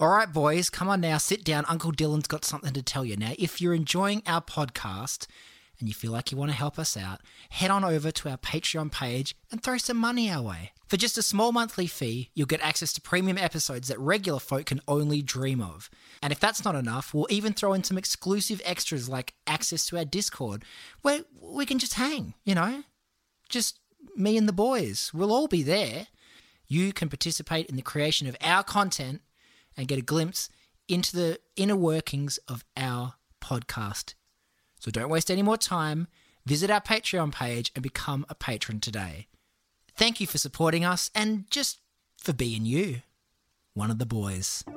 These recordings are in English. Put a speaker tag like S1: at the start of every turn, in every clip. S1: All right, boys, come on now, sit down. Uncle Dylan's got something to tell you. Now, if you're enjoying our podcast and you feel like you want to help us out, head on over to our Patreon page and throw some money our way. For just a small monthly fee, you'll get access to premium episodes that regular folk can only dream of. And if that's not enough, we'll even throw in some exclusive extras like access to our Discord, where we can just hang, you know? Just me and the boys. We'll all be there. You can participate in the creation of our content and get a glimpse into the inner workings of our podcast. So don't waste any more time. Visit our Patreon page and become a patron today. Thank you for supporting us and just for being you, one of the boys. All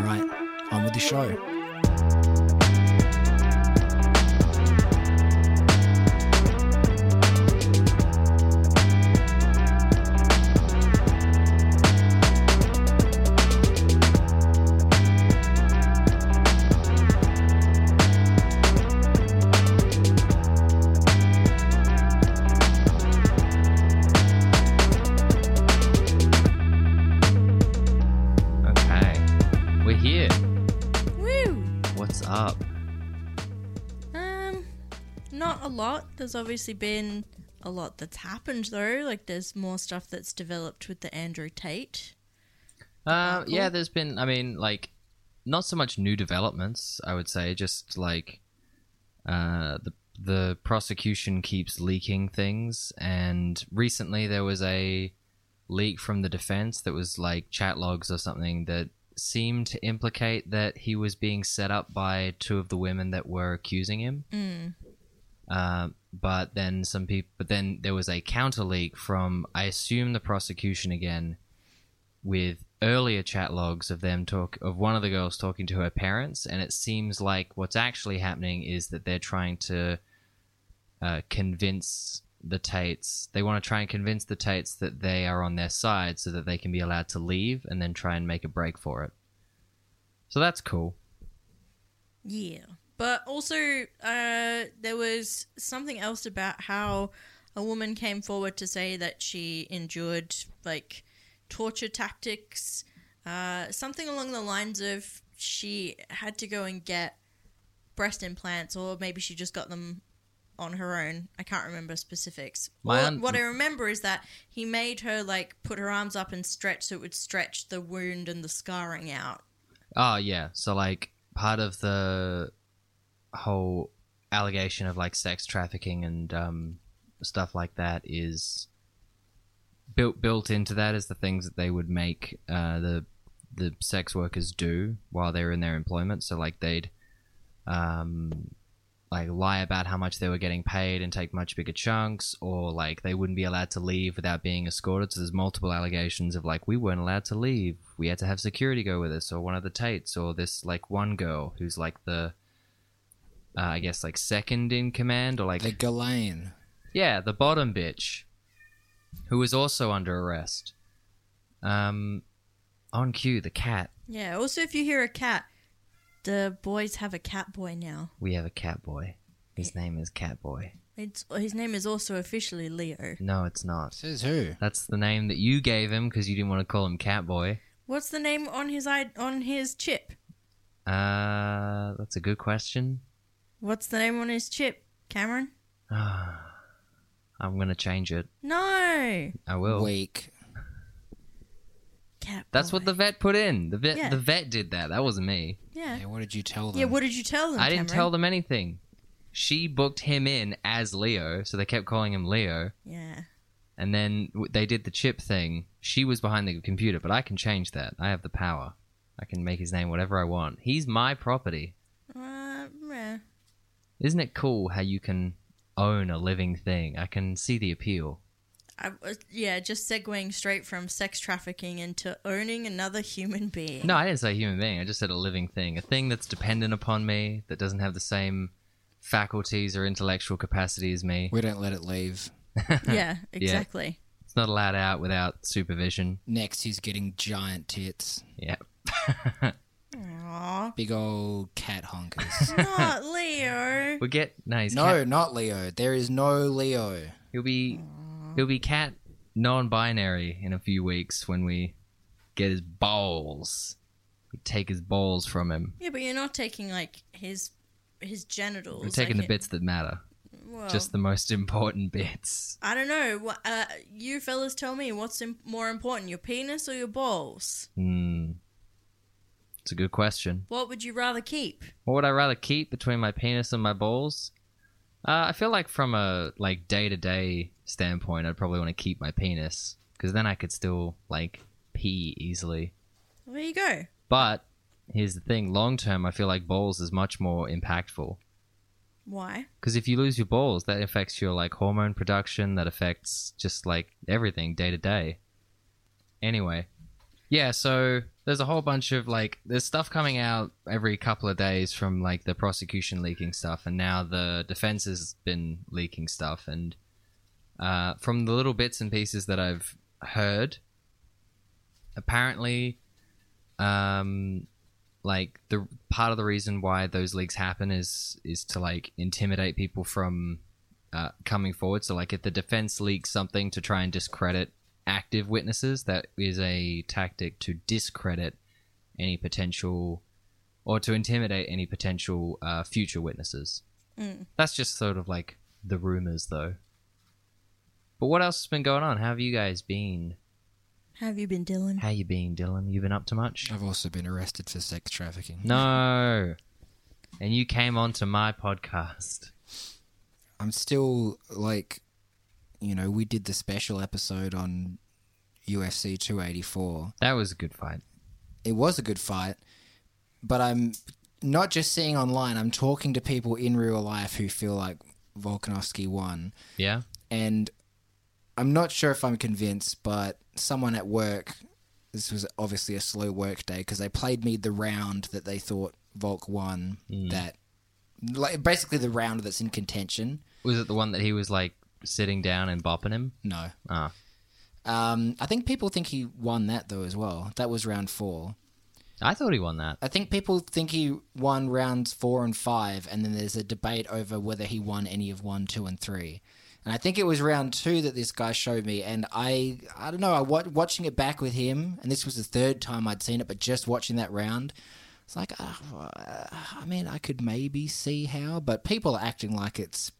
S1: right, on with the show.
S2: Okay. We're here.
S3: Woo!
S2: What's up?
S3: Um, not a lot. There's obviously been a lot that's happened though. Like there's more stuff that's developed with the Andrew Tate.
S2: Uh, yeah, there's been, I mean, like, not so much new developments, I would say, just like uh, the, the prosecution keeps leaking things, and recently there was a leak from the defense that was like chat logs or something that seemed to implicate that he was being set up by two of the women that were accusing him. Um, but then some people, but then there was a counter leak from, I assume, the prosecution again, with earlier chat logs of them talk of one of the girls talking to her parents, and it seems like what's actually happening is that they're trying to uh, convince the Tates. They want to try and convince the Tates that they are on their side, so that they can be allowed to leave, and then try and make a break for it. So that's cool.
S3: Yeah. But also, uh, there was something else about how a woman came forward to say that she endured like torture tactics, uh, something along the lines of she had to go and get breast implants, or maybe she just got them on her own. I can't remember specifics.
S2: My
S3: All-
S2: un-
S3: what I remember is that he made her like put her arms up and stretch so it would stretch the wound and the scarring out.
S2: Oh yeah, so like part of the whole allegation of like sex trafficking and um, stuff like that is built built into that is the things that they would make uh, the the sex workers do while they're in their employment. So like they'd um, like lie about how much they were getting paid and take much bigger chunks, or like they wouldn't be allowed to leave without being escorted. So there's multiple allegations of like we weren't allowed to leave, we had to have security go with us, or one of the Tates, or this like one girl who's like the, uh, I guess like second in command, or like
S1: The Ghislaine.
S2: yeah, the bottom bitch, who is also under arrest. Um, on cue, the cat.
S3: Yeah. Also, if you hear a cat, the boys have a cat boy now.
S2: We have a cat boy. His name is Cat Boy.
S3: It's his name is also officially Leo.
S2: No, it's not.
S1: Says who?
S2: That's the name that you gave him because you didn't want to call him Cat Boy.
S3: What's the name on his i on his chip?
S2: Uh, that's a good question.
S3: What's the name on his chip, Cameron?
S2: I'm gonna change it.
S3: No,
S2: I will.
S1: Weak.
S3: cat.
S2: That's
S3: boy.
S2: what the vet put in. The vet,
S3: Yeah.
S2: the vet did that. That wasn't me.
S3: yeah
S1: Yeah, what did you tell them?
S3: yeah. What did you tell them?
S2: I didn't tell
S3: Cameron?
S2: them anything. She booked him in as Leo, so they kept calling him Leo.
S3: Yeah.
S2: and then w- they did the chip thing. She was behind the computer, but I can change that. I have the power. I can make his name whatever I want. He's my property.
S3: Uh, yeah.
S2: Isn't it cool how you can own a living thing? I can see the appeal.
S3: I was, yeah, just segueing straight from sex trafficking into owning another human being.
S2: No, I didn't say human being. I just said a living thing, a thing that's dependent upon me, that doesn't have the same faculties or intellectual capacity as me.
S1: We don't let it leave.
S3: Yeah, exactly.
S2: It's not allowed out without supervision.
S1: Next, he's getting giant tits.
S2: Yeah.
S3: Aww,
S1: Big old cat honkers.
S3: not Leo.
S2: We get no. He's
S1: no,
S2: cat-
S1: not Leo. There is no Leo.
S2: He'll be he'll be cat non-binary in a few weeks when we get his balls. We take his balls from him.
S3: Yeah, but you're not taking like his his genitals.
S2: We're taking
S3: like, Oh.
S2: the bits that matter,
S3: Well,
S2: just the most important bits.
S3: I don't know. Wha- Uh, you fellas, tell me what's Im- more important, your penis or your balls?
S2: Hmm. It's a good question.
S3: What would you rather keep?
S2: What would I rather keep between my penis and my balls? Uh, I feel like from a like day to day standpoint, I'd probably want to keep my penis because then I could still like pee easily.
S3: There you go.
S2: But here's the thing: long term, I feel like balls is much more impactful
S3: Why?
S2: because if you lose your balls, that affects your like hormone production. That affects just like everything day to day. Anyway, yeah. So there's a whole bunch of like there's stuff coming out every couple of days from like the prosecution leaking stuff, and now the defense has been leaking stuff. And uh, from the little bits and pieces that I've heard, apparently, um, like the part of the reason why those leaks happen is is to like intimidate people from uh, coming forward. So like if the defense leaks something to try and discredit active witnesses, that is a tactic to discredit any potential or to intimidate any potential uh, future witnesses. That's just sort of like the rumors, though. But what else has been going on? How have you guys been?
S3: Have you been Dylan?
S2: How you been, Dylan? You been up to much?
S1: I've also been arrested for sex trafficking.
S2: No. And you came onto my podcast.
S1: I'm still like, you know, we did the special episode on UFC 284.
S2: That was a good fight.
S1: It was a good fight, but I'm not just seeing online. I'm talking to people in real life who feel like Volkanovski won,
S2: Yeah.
S1: and I'm not sure if I'm convinced. But someone at work, this was obviously a slow work day because they played me the round that they thought Volk won. That, like, basically the round that's in contention.
S2: Was it the one that he was like sitting down and bopping him?
S1: No,
S2: Ah.
S1: Um, I think people think he won that though as well. That was round four.
S2: I thought he won that.
S1: I think people think he won rounds four and five, and then there's a debate over whether he won any of one, two, and three. And I think it was round two that this guy showed me, and I I don't know. I wa- watching it back with him, and this was the third time I'd seen it, but just watching that round, it's like ah, uh, I mean, I could maybe see how, but people are acting like it's,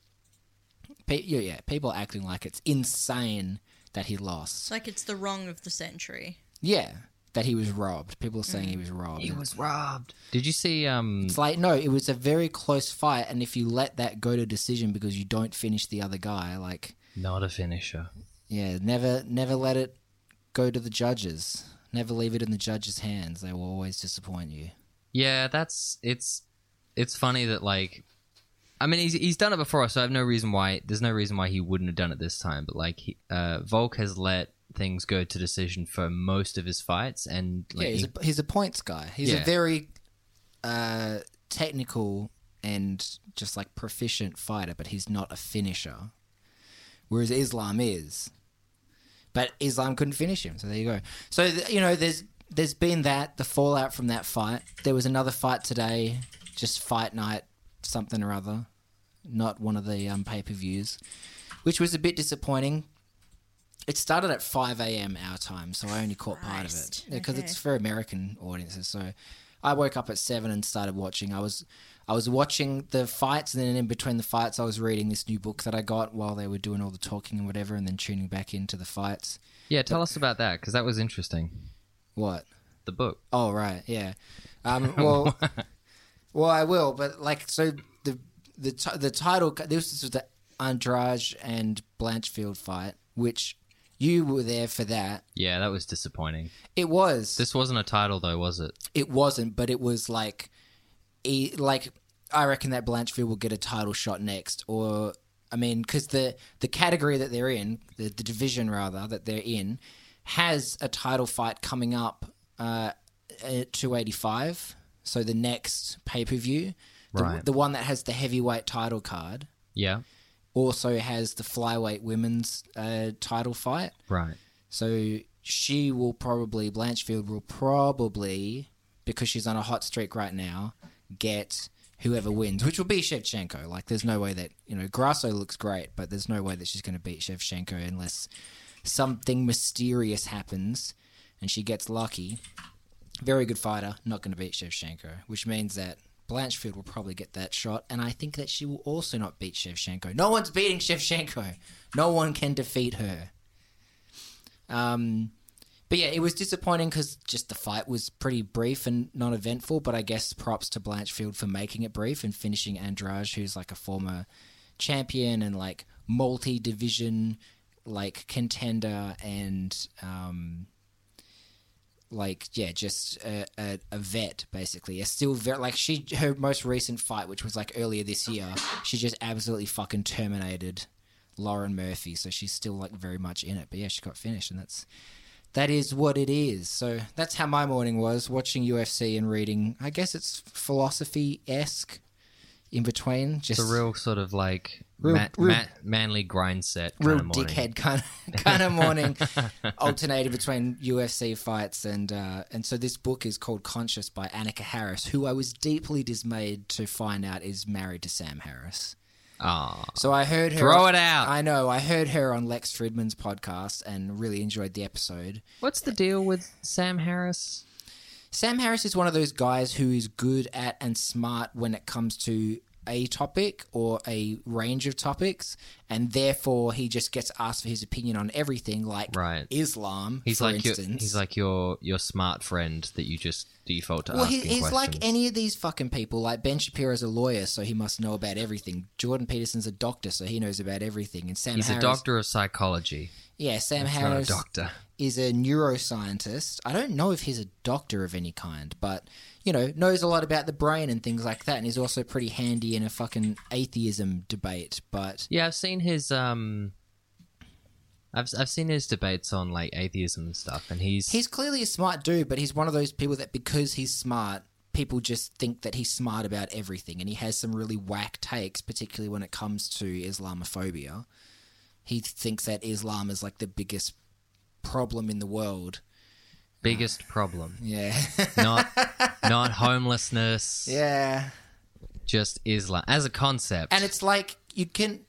S1: pe- yeah, yeah, people are acting like it's insane that he lost.
S3: It's like it's the wrong of the century.
S1: Yeah, that he was robbed. People are saying he was robbed.
S2: robbed. Did you see um
S1: It's like no, it was a very close fight, and if you let that go to decision because you don't finish the other guy, like
S2: Not a finisher.
S1: yeah, never never let it go to the judges. Never leave it in the judges' hands. They will always disappoint you.
S2: Yeah, that's it's it's funny that like I mean he's he's done it before, so I have no reason why there's no reason why he wouldn't have done it this time. But like he, uh, Volk has let things go to decision for most of his fights, and like
S1: yeah, he's
S2: he-
S1: a, he's a points guy. He's
S2: Yeah.
S1: a very uh, technical and just like proficient fighter, but he's not a finisher. Whereas Islam is, but Islam couldn't finish him. So there you go. So th- you know, there's there's been that the fallout from that fight. There was another fight today, just fight night, something or other, not one of the um, pay per views, which was a bit disappointing. It started at 5 a.m. our time, so I only caught part of it
S3: Christ.
S1: because
S3: Okay.
S1: it's for American audiences. So I woke up at seven and started watching. I was I was watching the fights, and then in between the fights, I was reading this new book that I got while they were doing all the talking and whatever, and then tuning back into the fights.
S2: yeah. Tell us about that because that was interesting.
S1: What?
S2: The book.
S1: Oh right, yeah. Um, well, well, I will. But like, so the the ti- the title this was the Andrade and Blanchfield fight, which you were there for that.
S2: Yeah, that was disappointing.
S1: It was
S2: This wasn't a title though, was it?
S1: It wasn't, but it was like, e- like I reckon that Blanchfield will get a title shot next, or I mean, because the the category that they're in, the, the division rather that they're in, has a title fight coming up uh, at two eighty five. So the next pay per view, the,
S2: Right.
S1: the one that has the heavyweight title card,
S2: Yeah.
S1: also has the flyweight women's uh, title fight.
S2: Right.
S1: So she will probably, Blanchfield will probably, because she's on a hot streak right now, get whoever wins, which will be Shevchenko. Like, there's no way that, you know, Grasso looks great, but there's no way that she's going to beat Shevchenko unless something mysterious happens and she gets lucky. Very good fighter, not going to beat Shevchenko, which means that Blanchfield will probably get that shot, and I think that she will also not beat Shevchenko. No one's beating Shevchenko. No one can defeat her. Um, but yeah, it was disappointing because just the fight was pretty brief and non-eventful. But I guess props to Blanchfield for making it brief and finishing Andrade, who's like a former champion and like multi-division like contender and um, like yeah, just a, a, a vet basically. A still vet. Like she, her most recent fight, which was like earlier this year, she just absolutely fucking terminated Lauren Murphy. So she's still like very much in it. But yeah, she got finished, and that's that is what it is. So that's how my morning was watching UFC and reading. I guess it's philosophy esque in between. Just
S2: It's a real sort of like
S1: Real-
S2: ma-
S1: real-
S2: ma- manly grind set kind
S1: real
S2: of morning.
S1: dickhead kind of, kind of morning, alternated between UFC fights and uh, and so this book is called Conscious by Annika Harris, who I was deeply dismayed to find out is married to Sam Harris.
S2: Ah,
S1: So I heard her
S2: Throw it out.
S1: I know I heard her on Lex Fridman's podcast and really enjoyed the episode.
S2: what's the deal with Sam Harris?
S1: Sam Harris is one of those guys who is good at and smart when it comes to a topic or a range of topics, and therefore he just gets asked for his opinion on everything, like
S2: Right.
S1: Islam,
S2: He's
S1: for
S2: like your,
S1: instance.
S2: he's like your your smart friend that you just default to
S1: well, he,
S2: asking
S1: he's
S2: questions.
S1: like any of these fucking people. Like Ben Shapiro's a lawyer, so he must know about everything. Jordan Peterson's a doctor, so he knows about everything. And Sam
S2: He's
S1: Harris,
S2: a doctor of psychology,
S1: Yeah, Sam
S2: not a
S1: Harris
S2: doctor.
S1: is a neuroscientist. I don't know if he's a doctor of any kind, but you know, knows a lot about the brain and things like that, and is also pretty handy in a fucking atheism debate. But
S2: Yeah, I've seen his um, I've I've seen his debates on like atheism and stuff, and he's
S1: he's clearly a smart dude, but he's one of those people that because he's smart, people just think that he's smart about everything, and he has some really whack takes, particularly when it comes to Islamophobia. He thinks that Islam is like the biggest problem in the world.
S2: biggest problem.
S1: Yeah.
S2: Not not homelessness,
S1: yeah.
S2: just Islam as a concept.
S1: And it's like you can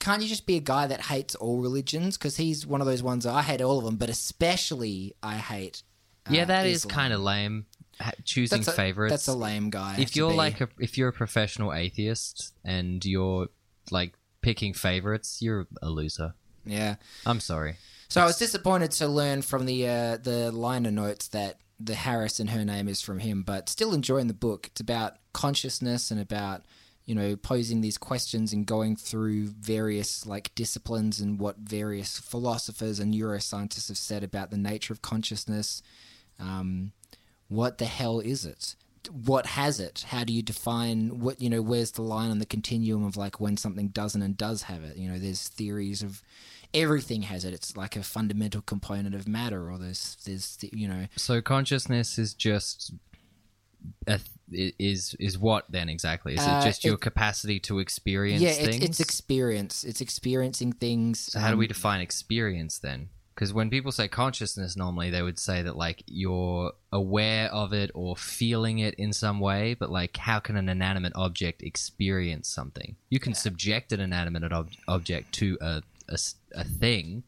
S1: can't you just be a guy that hates all religions? Because he's one of those ones that I hate all of them, but especially I hate. uh,
S2: yeah, that is
S1: Islam.
S2: kind of lame. ha- Choosing
S1: that's a,
S2: favorites.
S1: That's a lame guy.
S2: if
S1: to
S2: you're
S1: be.
S2: like a if you're a professional atheist and you're like picking favorites, you're a loser.
S1: yeah.
S2: I'm sorry.
S1: So I was disappointed to learn from the uh, the liner notes that the Harris in her name is from him, but still enjoying the book. It's about consciousness and about you know posing these questions and going through various like disciplines and what various philosophers and neuroscientists have said about the nature of consciousness. Um, what the hell is it? What has it? How do you define what you know? Where's the line on the continuum of like when something doesn't and does have it? You know, there's theories of everything has it. It's like a fundamental component of matter, or there's there's the, you know
S2: So consciousness is just a th- is is what then exactly? Is
S1: Uh,
S2: it just your
S1: it-
S2: capacity to experience
S1: yeah,
S2: things?
S1: it's, it's experience. It's experiencing things.
S2: so how do
S1: um,
S2: we define experience then? Because when people say consciousness, normally they would say that like you're aware of it or feeling it in some way. But like, how can an inanimate object experience something? You can subject an inanimate ob- object to a, a s- a thing,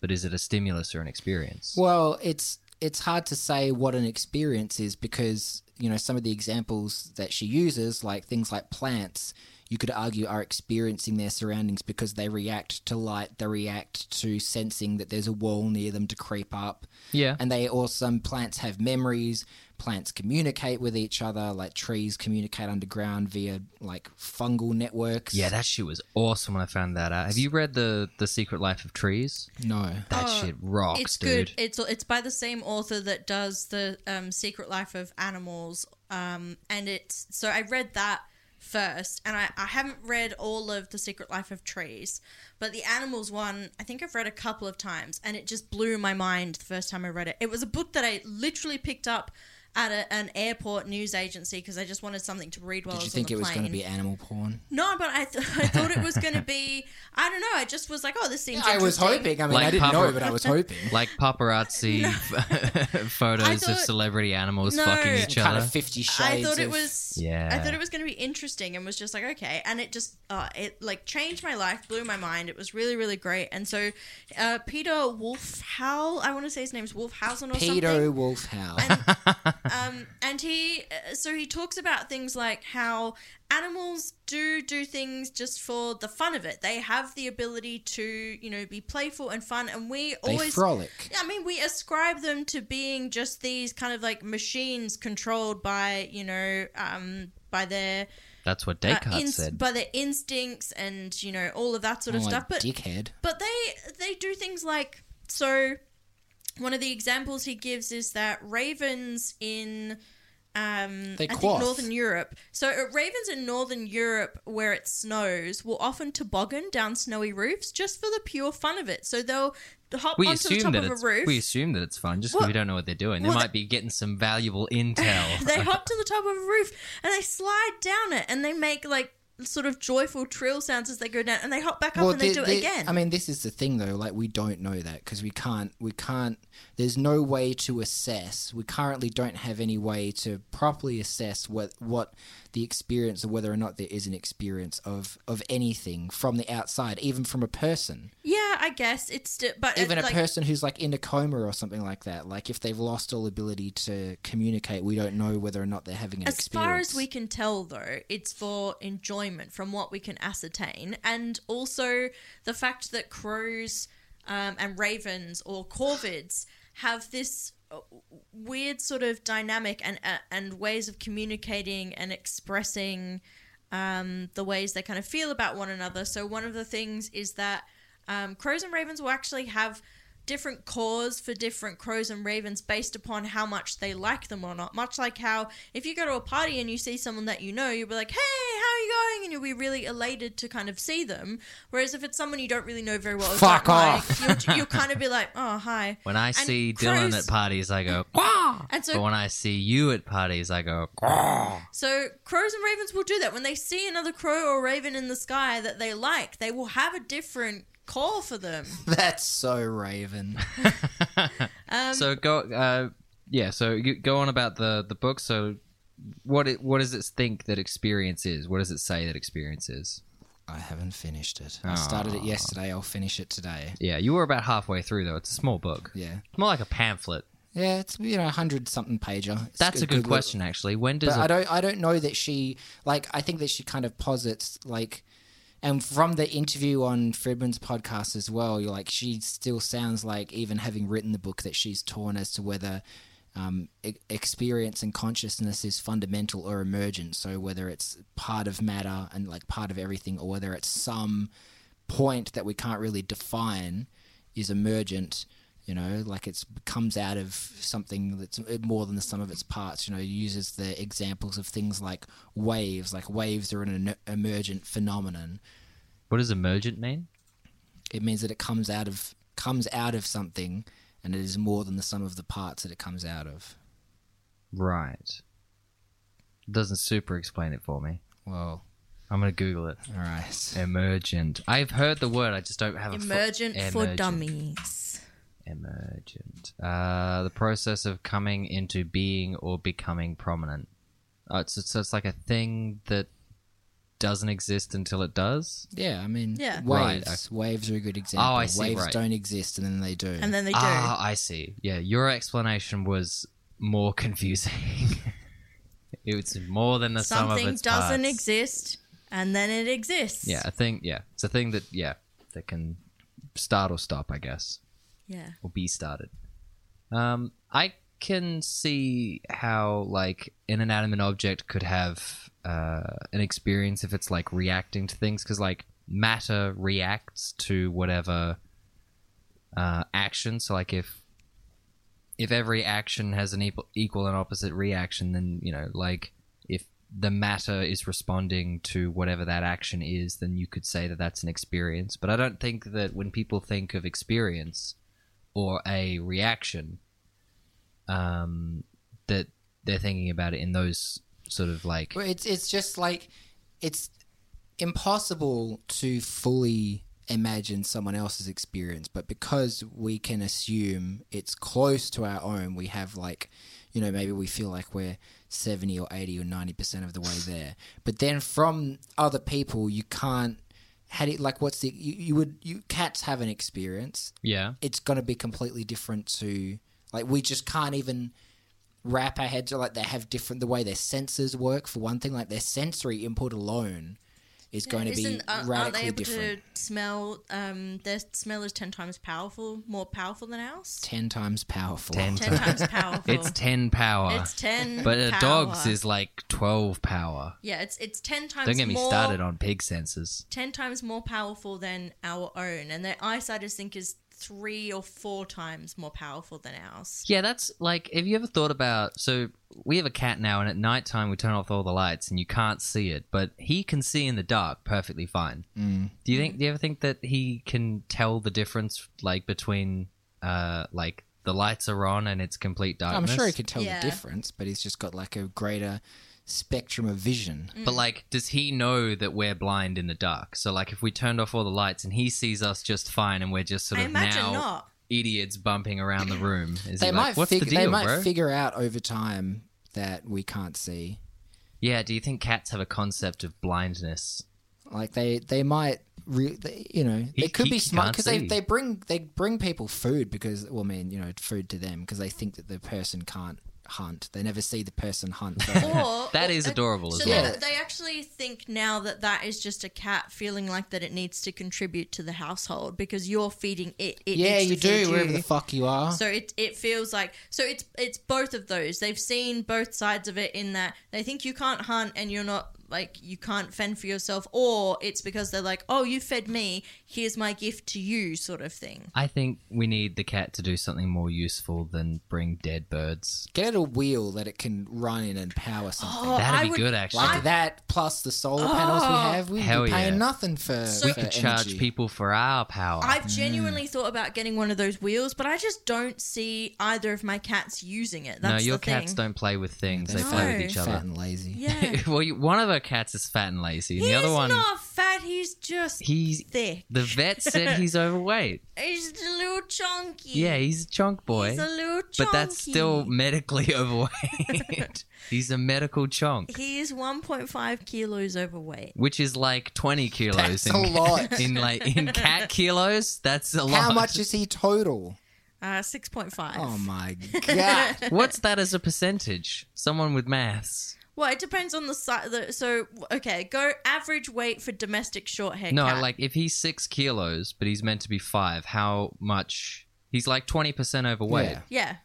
S2: but is it a stimulus or an experience?
S1: Well, it's it's hard to say what an experience is because you know some of the examples that she uses, like things like plants, you could argue are experiencing their surroundings because they react to light, they react to sensing that there's a wall near them to creep up.
S2: yeah,
S1: And they all some plants have memories. Plants communicate with each other, like trees communicate underground via like fungal networks.
S2: Yeah, that shit was awesome when I found that out. Have you read the the Secret Life of Trees?
S1: no.
S2: That
S3: Oh,
S2: shit rocks,
S3: It's
S2: dude.
S3: good. It's it's by the same author that does the um, Secret Life of Animals, um, and it's so I read that first, and I, I haven't read all of the Secret Life of Trees, but the Animals one I think I've read a couple of times, and it just blew my mind the first time I read it. It was a book that I literally picked up at a, an airport news agency because I just wanted something to read while
S1: Did
S3: I
S1: you
S3: was
S1: think
S3: on
S1: it
S3: the
S1: was
S3: plane.
S1: going to be animal porn?
S3: no, but I, th- I thought it was going to be I don't know. I just was like, oh, this seems.
S1: I was
S3: interesting.
S1: hoping. I mean,
S2: Like
S1: I didn't know,
S2: Papa-
S1: but I was hoping.
S2: like paparazzi
S3: I
S2: photos of
S3: thought-
S2: celebrity animals
S3: No.
S2: fucking each
S1: kind
S2: other.
S1: of Fifty Shades.
S3: I thought it
S1: of-
S3: was
S2: Yeah.
S3: I thought it was going to be interesting and was just like okay, and it just uh, it like changed my life, blew my mind. It was really really great. And so uh, Peter Wolfhowl, I want to say his name's Wolfhausen or something.
S1: Pedo Wolfhound.
S3: And um, and he uh, so he talks about things like how animals do do things just for the fun of it. They have the ability to you know be playful and fun, and we
S1: They
S3: always
S1: frolic.
S3: I mean, we ascribe them to being just these kind of like machines controlled by you know um, by their
S2: That's what
S3: uh,
S2: Descartes
S3: ins-
S2: said.
S3: by their instincts and you know all of that sort of
S1: More
S3: stuff.
S1: like
S3: But
S1: dickhead.
S3: but they they do things like so. One of the examples he gives is that ravens in um,
S1: They
S3: I think
S1: quaff.
S3: northern Europe. So uh, ravens in northern Europe, where it snows, will often toboggan down snowy roofs just for the pure fun of it. So they'll hop
S2: we
S3: onto the
S2: assume
S3: top
S2: that
S3: of a
S2: it's
S3: roof.
S2: we assume that it's fun just
S3: Well-
S2: because we don't know what they're doing. They
S3: well,
S2: might be getting some valuable intel.
S3: they hop to the top of a roof and they slide down it and they make like sort of joyful trill sounds as they go down and they hop back up and they,
S1: the-
S3: do it
S1: the-
S3: again.
S1: I mean, this is the thing though. Like, we don't know that because we can't. We can't. There's no way to assess. We currently don't have any way to properly assess what what the experience or whether or not there is an experience of of anything from the outside, even from a person,
S3: yeah, I guess it's still, but
S1: even
S3: it,
S1: a
S3: like,
S1: person who's like in a coma or something like that. Like, if they've lost all ability to communicate, we don't know whether or not they're having an
S3: As
S1: experience.
S3: far as we can tell, though, it's for enjoyment from what we can ascertain, and also the fact that crows um, and ravens or corvids have this uh, weird sort of dynamic and uh, and ways of communicating and expressing um, the ways they kind of feel about one another. So one of the things is that um, crows and ravens will actually have different cores for different crows and ravens based upon how much they like them or not. Much like how if you go to a party and you see someone that you know, you'll be like, "Hey, how are you going?" and you'll be really elated to kind of see them. Whereas if it's someone you don't really know very well, or
S1: Fuck
S3: don't
S1: off.
S3: Like, you'll, you'll kind of be like, "Oh, hi."
S2: when I
S3: And
S2: see
S3: crows-
S2: Dylan at parties, I go, "Quah!"
S3: And so-
S2: but when I see you at parties, I go, "Quah!"
S3: So crows and ravens will do that. When they see another crow or raven in the sky that they like, they will have a different call for them.
S1: That's so Raven.
S3: Um,
S2: so go, uh, yeah. So you go on about the the book. So what it what does it think that experience is? What does it say that experience is?
S1: I haven't finished it. I started it yesterday. I'll finish it today.
S2: Yeah, you were about halfway through though. It's a small book.
S1: Yeah.
S2: It's more like a pamphlet.
S1: Yeah, it's you know hundred something pager. It's
S2: That's a good,
S1: look.
S2: question, actually. When does
S1: But I
S2: a,
S1: don't I don't know that she like I think that she kind of posits like, and from the interview on Fredman's podcast as well, you're like she still sounds like even having written the book that she's torn as to whether. Um, e- experience and consciousness is fundamental or emergent. So whether it's part of matter and like part of everything, or whether it's some point that we can't really define is emergent you know like it's comes out of something that's more than the sum of its parts you know uses the examples of things like waves like waves are an en- emergent phenomenon
S2: what does emergent mean?
S1: it means that it comes out of comes out of something and it is more than the sum of the parts that it comes out of
S2: Right. Doesn't super explain it for me.
S1: well
S2: I'm gonna Google it.
S1: all right
S2: Emergent. I've heard the word. I just don't have a fu-
S3: emergent, for
S2: emergent.
S3: dummies.
S2: Emergent. Uh, the process of coming into being or becoming prominent. Uh, it's, it's, it's like a thing that doesn't exist until it does.
S1: yeah i mean
S3: Yeah.
S1: waves
S2: Right, Oh,
S1: waves are a good example
S2: I see,
S1: waves
S2: right.
S1: don't exist and then they do
S3: And then they do.
S2: Ah, I see. Yeah, your explanation was more confusing. it's more than the sum
S3: Something
S2: of its
S3: doesn't
S2: parts.
S3: exist, and then it exists.
S2: Yeah, a thing. Yeah, it's a thing that yeah that can start or stop. I guess.
S3: Yeah.
S2: or be started. Um, I can see how like an inanimate object could have uh, an experience if it's like reacting to things because like matter reacts to whatever uh, action. So like if if every action has an equal, equal and opposite reaction, then you know like if the matter is responding to whatever that action is, then you could say that that's an experience. But I don't think that when people think of experience, or a reaction um, that they're thinking about it in those sort of like
S1: Well, it's it's just like it's impossible to fully imagine someone else's experience, but because we can assume it's close to our own, we have like you know maybe we feel like we're 70 or 80 or 90% of the way there but then from other people you can't how do you, like what's the you, you would you cats have an experience
S2: yeah
S1: it's going to be completely different to like we just can't even wrap our heads like they have different the way their senses work for one thing like their sensory input alone is going to be
S3: Isn't- aren't- aren't they
S1: radically
S3: able
S1: different
S3: to smell? Um, their smell is ten times powerful, more powerful than ours.
S1: 10 times powerful
S2: Ten
S3: Ten times powerful.
S2: It's ten power.
S3: Oh. It's ten.
S2: but a dog's
S3: power.
S2: is like twelve power.
S3: yeah. It's it's ten times.
S2: Don't get me
S3: more,
S2: started on pig senses.
S3: Ten times more powerful than our own, and their eyesight, I think, is three or four times more powerful than ours.
S2: Yeah, that's like have you ever thought about so we have a cat now and at night time we turn off all the lights and you can't see it, but he can see in the dark perfectly fine. Mm. Do you think do you ever think that he can tell the difference like between uh like the lights are on and it's complete
S1: i'm
S2: darkness?
S1: sure he could tell
S3: Yeah.
S1: the difference but he's just got like a greater spectrum of vision
S2: But like, does he know that we're blind in the dark? So like, if we turned off all the lights and he sees us just fine, and we're just sort
S3: I
S2: of
S3: imagine
S2: now
S3: not.
S2: idiots bumping around the room, is
S1: they
S2: he
S1: might
S2: like, what's
S1: fig-
S2: the deal,
S1: they might
S2: bro?
S1: figure out over time that we can't see
S2: yeah. Do you think cats have a concept of blindness?
S1: Like they they might re- they, you know
S2: He-
S1: they could
S2: he
S1: be smart
S2: can't
S1: because they,
S2: see.
S1: they bring they bring people food because well I mean you know food to them because they think that the person can't hunt they never see the person hunt so they-
S3: Or,
S2: That
S3: or-
S2: is adorable as
S3: so
S2: well.
S3: they, they actually think now that that is just a cat feeling like that it needs to contribute to the household because you're feeding it. it
S1: yeah
S3: needs to
S1: you
S3: feed
S1: do wherever
S3: you.
S1: the fuck you are
S3: So it it feels like so it's it's both of those. They've seen both sides of it in that they think you can't hunt and you're not like you can't fend for yourself, or it's because they're like, oh, you fed me, here's my gift to you, sort of thing.
S2: I think we need the cat to do something more useful than bring dead birds.
S1: get it a wheel that it can run in and power something
S3: Oh,
S2: That'd
S3: I
S2: be
S3: would-
S2: good, actually.
S1: like that plus the solar panels we have we'd
S2: Hell
S1: be paying
S2: yeah.
S1: nothing for
S3: So- We
S2: we
S1: for
S2: could charge
S1: energy.
S2: people for our power.
S3: I've
S1: Mm.
S3: genuinely thought about getting one of those wheels, but I just don't see either of my cats using it. That's
S2: no, your
S3: the
S2: cats
S3: thing.
S2: don't play with things; they
S1: They're
S2: play with
S3: No.
S2: each
S1: fat
S2: other.
S1: and lazy
S3: Yeah.
S2: well, you, one of our cats is fat and lazy, and
S3: he's
S2: the other one,
S3: not fat. He's just
S2: he's
S3: thick.
S2: the vet said he's overweight.
S3: He's a little chunky.
S2: Yeah, he's a chunk boy.
S3: He's a little chunky.
S2: but that's still medically overweight. he's a medical chunk,
S3: He is 1.5 kilos overweight.
S2: which is like 20 kilos
S1: That's
S2: in
S1: a lot.
S2: in like in cat kilos. That's a lot.
S1: how much is he total
S3: Uh, 6.5.
S1: oh my god
S2: What's that as a percentage? Someone with maths.
S3: Well, it depends on the size. The, so, okay, go average weight for domestic short hair
S2: No,
S3: cat.
S2: like if he's 6 kilos but he's meant to be 5, how much? He's like 20% overweight.
S1: Yeah.
S3: Yeah,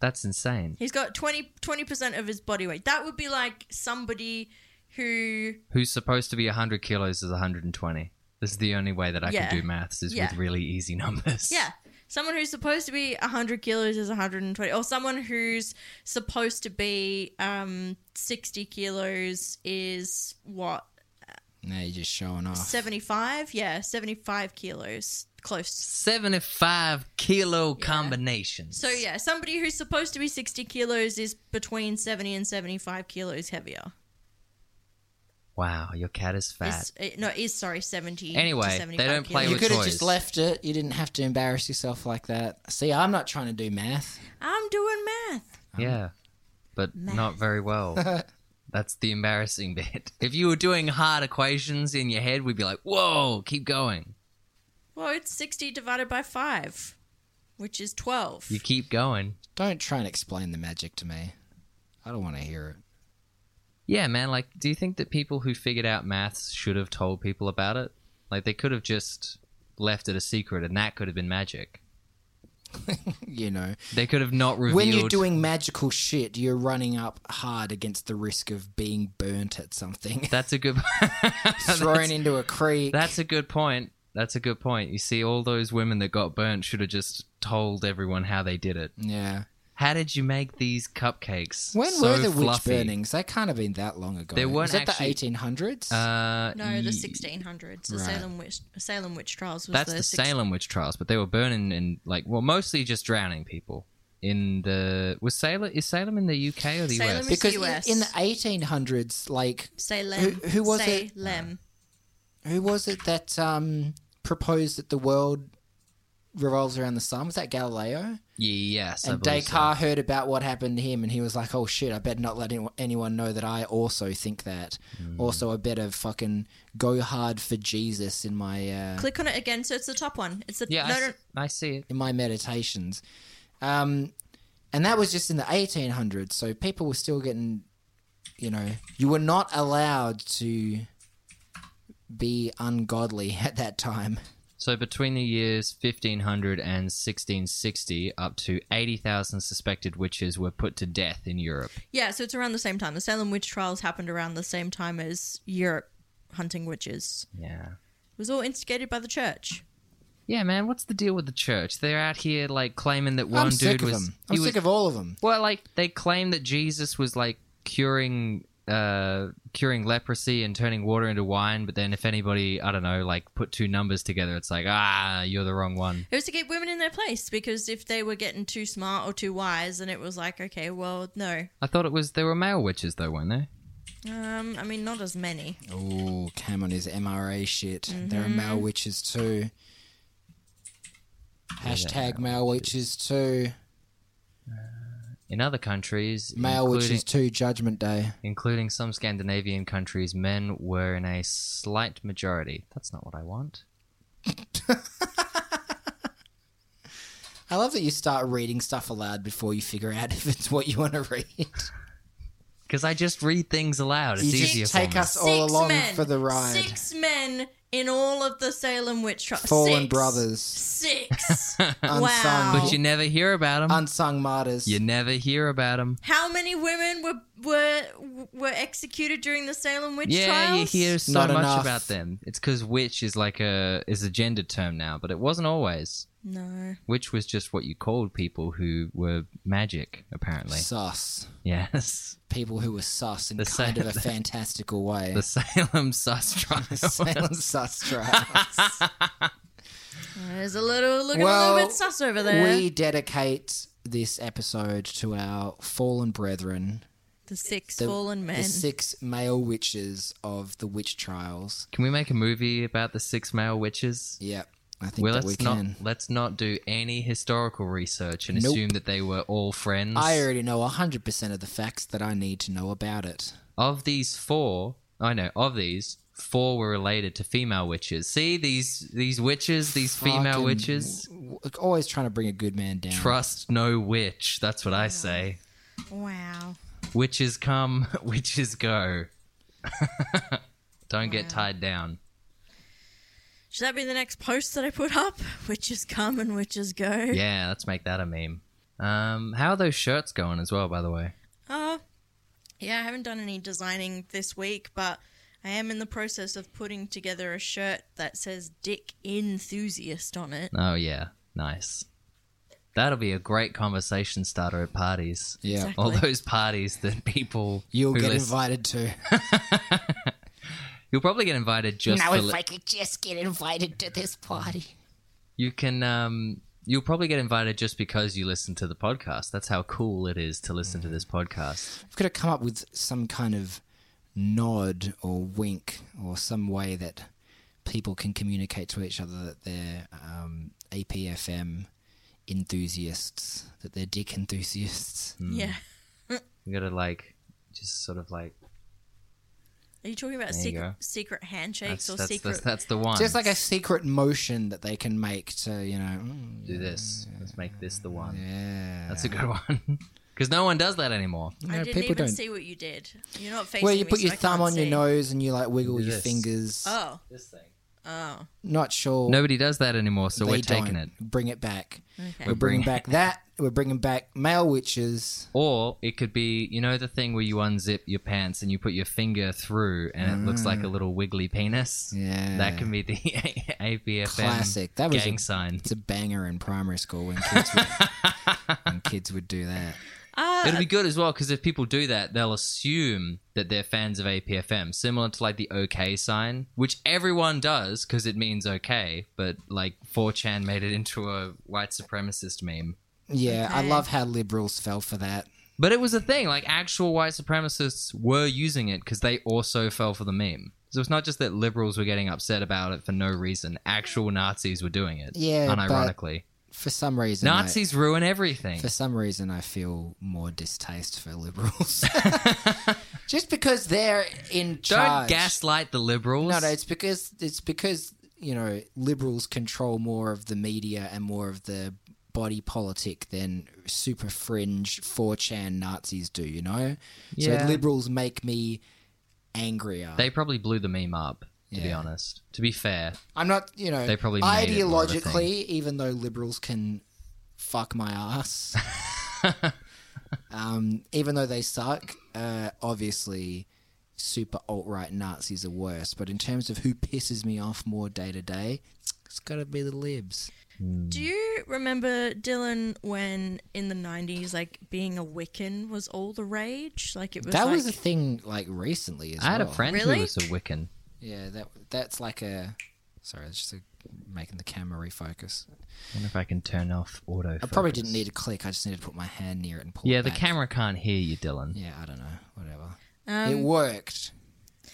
S2: That's insane.
S3: he's got 20 percent of his body weight. That would be like somebody who
S2: Who's supposed to be 100 kilos is 120. This is the only way that I
S3: Yeah.
S2: can do maths is
S3: Yeah.
S2: with really easy numbers.
S3: Yeah. Someone who's supposed to be 100 kilos is 120, or someone who's supposed to be um, 60 kilos is what?
S1: now you're just showing
S2: Ah.
S1: off
S3: 75? Yeah, 75 kilos. Close.
S2: 75 kilo combinations.
S3: So, yeah, somebody who's supposed to be 60 kilos is between 70 and 75 kilos heavier.
S2: Wow, your cat is fat.
S3: Is, eh, no, is, sorry, 70. to
S2: Anyway, they
S3: 75
S2: don't play
S3: kilos.
S1: You
S2: with
S1: could have
S2: toys.
S1: just left it. You didn't have to embarrass yourself like that. See, I'm not trying to do math.
S3: I'm doing math.
S2: yeah, but
S3: um, Math.
S2: not very well. That's the embarrassing bit. If you were doing hard equations in your head, we'd be like, whoa, keep going.
S3: Well, it's 60 divided by 5, which is 12.
S2: You keep going.
S1: Don't try and explain the magic to me. I don't want to hear it.
S2: Yeah, man, like, do you think that people who figured out maths should have told people about it? Like, they could have just left it a secret and that could have been magic.
S1: You know,
S2: They could have not revealed.
S1: when you're doing magical shit, you're running up hard against the risk of being burnt at something,
S2: That's a good.
S1: thrown into a creek.
S2: That's a good point. That's a good point. You see, all those women that got burnt should have just told everyone how they did it.
S1: yeah.
S2: How did you make these cupcakes?
S1: When
S2: so
S1: were the
S2: fluffy?
S1: witch burnings? They can't have been that long ago.
S2: They weren't
S1: Was that
S2: actually-
S1: the 1800s?
S2: Uh,
S3: No, the
S2: ye-
S3: 1600s. The
S1: Right.
S3: Salem witch Salem witch trials was
S2: That's
S3: the,
S2: the
S3: six-
S2: Salem witch trials, but they were burning in like well, mostly just drowning people in the was Salem is Salem in the UK or the
S3: Salem
S2: US?
S3: is-
S1: because in,
S3: US.
S1: in the 1800s, like
S3: Salem.
S1: Who- who was
S3: Salem.
S1: it? who was it that um, proposed that the world revolves around the sun? Was that Galileo?
S2: yes, I
S1: and
S2: believe so.
S1: Descartes heard about what happened to him, and he was like, "Oh shit! I better not let any- anyone know that I also think that.
S2: Hmm.
S1: Also, I better fucking go hard for Jesus in my uh,
S3: Click on it again. So it's the top one. It's the
S2: Yeah, I
S3: no,
S2: s-
S3: no,
S2: I see it.
S1: in my meditations." Um, And that was just in the 1800s, so people were still getting, you know, you were not allowed to be ungodly at that time.
S2: So between the years 1500 and 1660, up to 80,000 suspected witches were put to death in Europe.
S3: Yeah, so it's around the same time. The Salem witch trials happened around the same time as Europe hunting witches.
S2: Yeah.
S3: It was all instigated by the church.
S2: Yeah, man, what's the deal with the church? They're out here like claiming that one
S1: I'm
S2: dude
S1: sick
S2: was
S1: of them. I'm
S2: he
S1: sick
S2: was
S1: of all of them.
S2: well, like they claim that Jesus was like curing uh curing leprosy and turning water into wine, but then if anybody, I don't know, like put two numbers together, it's like, ah, you're the wrong one.
S3: It was to keep women in their place because if they were getting too smart or too wise, then it was like, okay, well, no.
S2: I thought it was there were male witches though, weren't there?
S3: Um, I mean, not as many.
S1: Oh, came on his MRA shit. There are male witches too. Hashtag male witches too.
S2: In other countries,
S1: Male
S2: including,
S1: witches too. Judgment Day.
S2: including some Scandinavian countries, men were in a slight majority. That's not what I want.
S1: I love that you start reading stuff aloud before you figure out if it's what you want to read.
S2: Because I just read things aloud.
S1: You
S2: It's
S1: just
S2: easier
S1: take
S2: for me.
S1: us all along for the ride.
S3: Six men in all of the Salem witch trials.
S1: Fallen
S3: Six.
S1: brothers,
S3: Six.
S1: unsung,
S3: Wow.
S2: But you never hear about them.
S1: unsung martyrs.
S2: You never hear about them.
S3: How many women were were were executed during the Salem witch
S2: Yeah,
S3: trials?
S2: you hear so
S1: Not
S2: much
S1: enough.
S2: about them. It's because witch is like a is a gender term now, but it wasn't always.
S3: No.
S2: Witch was just what you called people who were magic, apparently.
S1: sus.
S2: Yes,
S1: People who were sus in
S2: The
S1: kind of
S2: Sa-
S1: a fantastical way.
S2: the Salem sus trial.
S1: The Salem sus trial.
S3: There's a little looking a
S1: Well,
S3: little bit sus over there.
S1: we dedicate this episode to our fallen brethren,
S3: the six
S1: the-
S3: fallen men.
S1: the six male witches of the witch trials.
S2: Can we make a movie about the six male witches?
S1: Yep, I think
S2: Well,
S1: that we
S2: let's not
S1: can.
S2: let's not do any historical research and
S1: Nope.
S2: assume that they were all friends.
S1: I already know 100% of the facts that I need to know about it.
S2: of these four, I know of these four were related to female witches. See these these witches, these female
S1: Fucking-
S2: witches.
S1: w- w- Always trying to bring a good man down.
S2: Trust no witch. That's what I say.
S3: wow.
S2: Witches come, witches go. Don't get tied down.
S3: Should that be the next post that I put up? Witches come and witches go.
S2: Yeah, let's make that a meme. Um, how are those shirts going as well? By the way,
S3: Uh, yeah, I haven't done any designing this week, but I am in the process of putting together a shirt that says Dick Enthusiast on it.
S2: oh yeah, nice. That'll be a great conversation starter at parties.
S1: Yeah.
S3: Exactly.
S2: All those parties that people
S1: You'll
S2: who
S1: get
S2: listen-
S1: invited to.
S2: You'll probably get invited just
S4: Now,
S2: for
S4: if
S2: li-
S4: I could just get invited to this party.
S2: you can um you'll probably get invited just because you listen to the podcast. That's how cool it is to listen to
S1: Mm.
S2: this podcast.
S1: We've got to come up with some kind of nod or wink or some way that people can communicate to each other that they're um, APFM enthusiasts, that they're dick enthusiasts.
S2: Mm.
S3: Yeah.
S2: You gotta like just sort of like
S3: Are you talking about
S2: There you go.
S3: secret, secret handshakes
S2: that's
S3: or
S2: that's,
S3: secret?
S2: that's that's the one.
S1: Just like a secret motion that they can make to, you know, uh, mm,
S2: do this. Let's make this the one.
S1: yeah.
S2: That's a good one. Because no one does that anymore.
S1: No,
S3: I didn't
S1: people
S3: even
S1: don't.
S3: see what you did. You're not facing
S1: Well, you
S3: me,
S1: put
S3: so
S1: your
S3: I
S1: thumb
S3: can't
S1: on your
S3: see.
S1: nose and you like wiggle your
S2: this.
S1: fingers.
S3: Oh,
S2: This thing.
S3: oh,
S1: Not sure.
S2: Nobody does that anymore, so
S1: they
S2: we're taking
S1: don't.
S2: it.
S1: Bring it back.
S3: okay.
S1: We're bringing
S2: bringing-
S1: back that. We're bringing back male witches.
S2: Or it could be, you know, the thing where you unzip your pants and you put your finger through and it looks like a little wiggly penis.
S1: Mm. Yeah.
S2: That can be the APFM
S1: Classic. That was
S2: gang
S1: a-
S2: sign.
S1: It's a banger in primary school when kids would, when kids would do that.
S2: It'll be good as well because if people do that, they'll assume that they're fans of APFM, similar to like the OK sign, which everyone does because it means OK. But like 4chan made it into a white supremacist meme.
S1: Yeah, I
S3: Okay.
S1: love how liberals fell for that.
S2: But it was a thing. Like actual white supremacists were using it because they also fell for the meme. So it's not just that liberals were getting upset about it for no reason. Actual Nazis were doing it.
S1: Yeah, but-
S2: unironically,
S1: For some reason, I-
S2: Nazis ruin everything.
S1: for some reason, I feel more distaste for liberals. Just because they're in
S2: Don't
S1: charge.
S2: gaslight the liberals.
S1: No, no, it's because it's because you know liberals control more of the media and more of the body politic than super fringe 4chan Nazis do, you know?
S2: Yeah.
S1: So liberals make me angrier.
S2: They probably blew the meme up, to be
S1: Yeah.
S2: honest. To be fair,
S1: I'm not, you know,
S2: They probably made it more of a
S1: ideologically, even though liberals can fuck my ass, um, even though they suck, uh, obviously super alt right Nazis are worse. But in terms of who pisses me off more day to day, it's got to be the libs.
S3: Do you remember Dylan when in the nineties, like being a Wiccan was all the rage? Like it was
S1: that
S3: like,
S1: was a thing like recently as
S2: I had a
S1: well.
S2: friend
S3: Really?
S2: who was a Wiccan.
S1: Yeah, that that's like a. Sorry, it's just a, making the camera refocus.
S2: I wonder if I can turn off auto.
S1: I probably didn't need to click. I just needed to put my hand near it and pull.
S2: Yeah,
S1: it
S2: the
S1: back.
S2: camera can't hear you, Dylan.
S1: Yeah, I don't know. Whatever. it worked.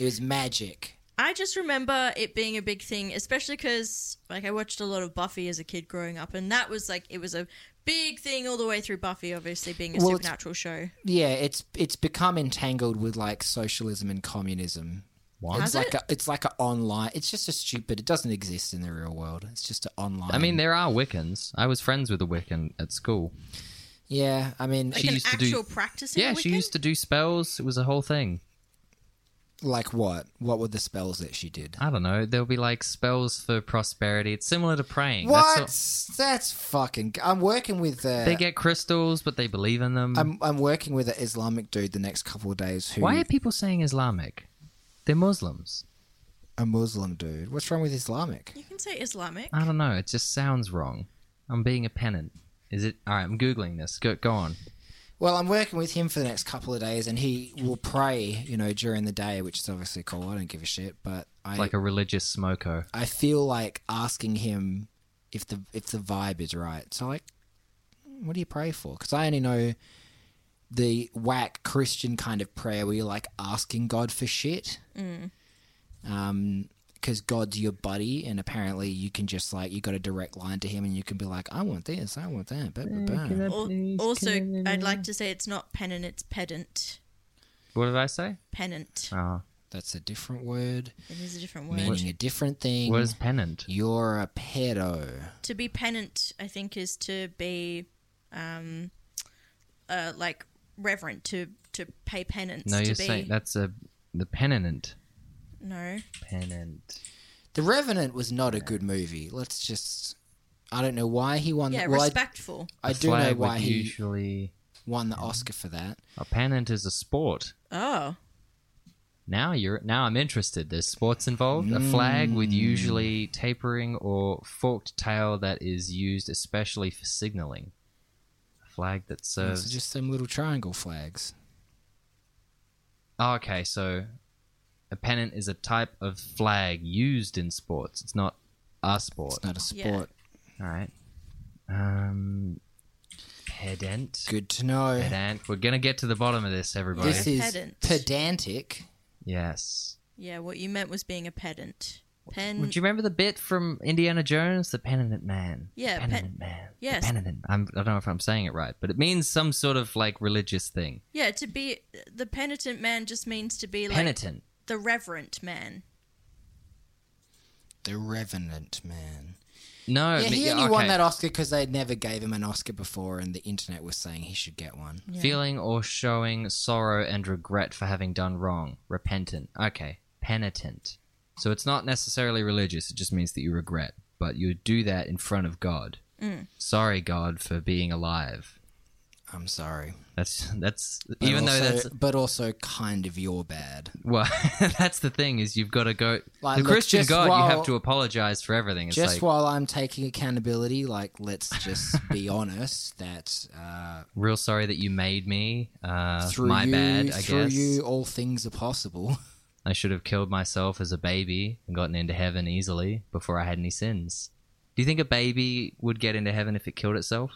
S1: It was magic.
S3: I just remember it being a big thing, especially because like I watched a lot of Buffy as a kid growing up, and that was like it was a big thing all the way through Buffy. Obviously, being a
S1: Well, it's-
S3: supernatural show.
S1: Yeah, it's it's become entangled with like socialism and communism.
S2: What?
S1: It's
S3: Has
S1: like a it's like an online. It's just a stupid. It doesn't exist in the real world. It's just an online.
S2: I mean, there are Wiccans. I was friends with a Wiccan at school.
S1: yeah. I mean,
S3: Like
S2: She
S3: an
S2: used to do-
S3: actual practicing.
S2: yeah,
S3: Wiccan?
S2: she used to do spells. It was a whole thing.
S1: like what? What were the spells that she did?
S2: I don't know. There'll be like spells for prosperity. It's similar to praying.
S1: What?
S2: That's
S1: That's, fucking. I'm working with. Uh,
S2: what- they get crystals, but they believe in them.
S1: I'm I'm working with an Islamic dude the next couple of days who
S2: Why are people saying Islamic? They're Muslims.
S1: a Muslim dude. What's wrong with Islamic?
S3: You can say Islamic.
S2: I don't know. It just sounds wrong. I'm being a pennant. Is it? All right, I'm Googling this. Go, go on.
S1: Well, I'm working with him for the next couple of days, and he will pray, you know, during the day, which is obviously cool. I don't give a shit, but I
S2: Like a religious smoko.
S1: I feel like asking him if the if the vibe is right. So like, what do you pray for? Because I only know the whack Christian kind of prayer where you're like asking God for shit. Um, because God's your buddy, and apparently you can just like you got a direct line to Him, and you can be like, I want this, I want that, blah, blah, blah.
S3: Al- also, I'd like to say it's not pennant; it's pedant.
S2: What did I say?
S3: Pennant.
S2: Oh,
S1: That's a different word.
S3: It is a different word.
S1: meaning a different thing.
S2: what is pennant?
S1: You're a pedo.
S3: to be penitent, I think, is to be, um, uh, like reverent to to pay penance.
S2: No,
S3: to
S2: you're
S3: be,
S2: saying Mm, that's a the pennant.
S3: no.
S2: Pennant.
S1: The Revenant was not a good movie. Let's just. I don't know why he won.
S3: Yeah,
S1: well, I-
S3: respectful.
S1: I,
S2: A
S1: do know
S2: flag would
S1: why he
S2: usually
S1: won the Oscar for that.
S2: a pennant is a sport.
S3: Oh,
S2: Now you're now I'm interested. There's sports involved. A flag with
S1: Mm.
S2: usually tapering or forked tail that is used especially for signaling. A flag that serves.
S1: It's just some little triangle flags.
S2: Oh, okay, so a pennant is a type of flag used in sports. It's not a sport.
S1: It's not a
S3: Yeah.
S1: sport.
S2: All right. Um, pedant.
S1: Good to know.
S2: Pedant. We're gonna get to the bottom of this, everybody.
S1: This is
S3: Pedant.
S1: pedantic.
S2: yes.
S3: yeah. What you meant was being a pedant. Pen.
S2: Would you remember the bit from Indiana Jones, the penitent man?
S3: Yeah,
S2: the
S3: pen-
S2: penitent man. The
S3: yes.
S2: penitent. I'm, I don't know if I'm saying it right, but it means some sort of like religious thing.
S3: yeah, to be the penitent man just means to be like
S2: Penitent.
S3: the reverent man.
S1: The Revenant, man.
S2: No,
S1: Yeah,
S2: me-
S1: he only
S2: okay.
S1: won that Oscar because they never gave him an Oscar before, and the internet was saying he should get one.
S2: Feeling or showing sorrow and regret for having done wrong. Repentant. Okay. Penitent. So it's not necessarily religious, it just means that you regret, but you do that in front of God. Sorry, God, for being alive.
S1: I'm sorry,
S2: That's that's
S1: But
S2: even
S1: also-
S2: though that's
S1: but also kind of your bad.
S2: well, that's the thing is you've got to go
S1: Like,
S2: the
S1: look,
S2: Christian
S1: just
S2: God. you
S1: while-
S2: have to apologize for everything. It's
S1: just
S2: like
S1: while I'm taking accountability, like let's just be honest that uh,
S2: real sorry that you made me. Uh,
S1: through
S2: my
S1: you,
S2: bad. I
S1: through
S2: guess
S1: you, all things are possible.
S2: I should have killed myself as a baby and gotten into heaven easily before I had any sins. Do you think a baby would get into heaven if it killed itself?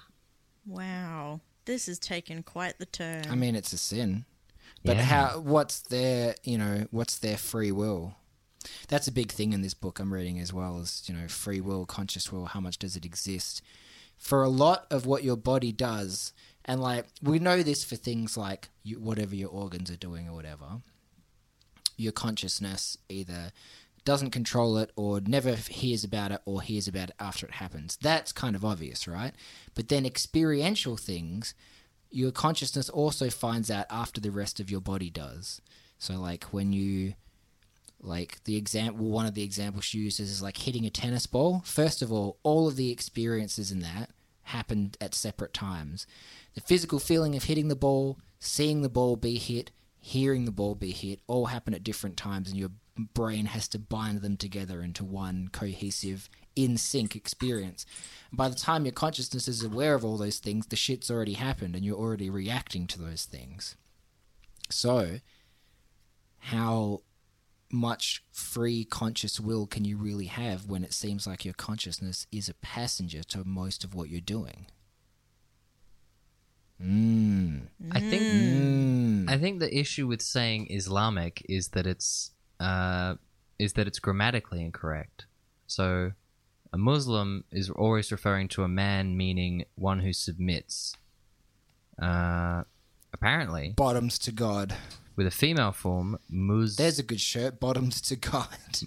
S3: Wow, this has taken quite the turn.
S1: I mean, it's a sin, but
S2: Yeah.
S1: how? What's their you know? What's their free will? That's a big thing in this book I'm reading as well as you know free will, conscious will. How much does it exist? For a lot of what your body does, and like we know this for things like you, whatever your organs are doing or whatever, your consciousness either doesn't control it or never hears about it or hears about it after it happens. That's kind of obvious, right? But then experiential things, your consciousness also finds out after the rest of your body does. So like when you like the example one of the examples she uses is like hitting a tennis ball. First of all, all of the experiences in that happened at separate times. The physical feeling of hitting the ball, seeing the ball be hit, hearing the ball be hit all happen at different times and your brain has to bind them together into one cohesive in sync experience. By the time your consciousness is aware of all those things, the shit's already happened and you're already reacting to those things. So, how much free conscious will can you really have when it seems like your consciousness is a passenger to most of what you're doing? Mm.
S2: I think
S1: Mm.
S2: I think the issue with saying Islamic is that it's uh, is that it's grammatically incorrect. So, a Muslim is always referring to a man meaning one who submits. Uh, apparently,
S1: Bottoms to God.
S2: with a female form, Mus
S1: There's a good shirt. Bottoms to God.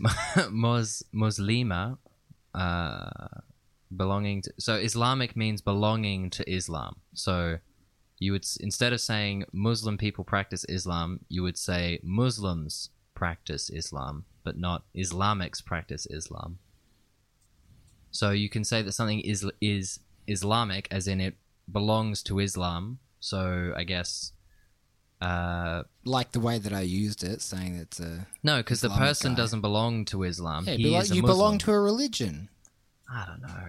S2: Mus Muslima, uh, belonging to. So Islamic means belonging to Islam. So you would s- instead of saying Muslim people practice Islam, you would say Muslims practice Islam, but not Islamics practice Islam. So you can say that something is is Islamic, as in it belongs to Islam. So I guess. Uh,
S1: like the way that I used it, saying it's a.
S2: no, because the
S1: Islamic
S2: person
S1: guy.
S2: doesn't belong to Islam.
S1: Hey,
S2: he
S1: be like,
S2: is a
S1: you
S2: Muslim.
S1: belong to a religion.
S2: I don't know.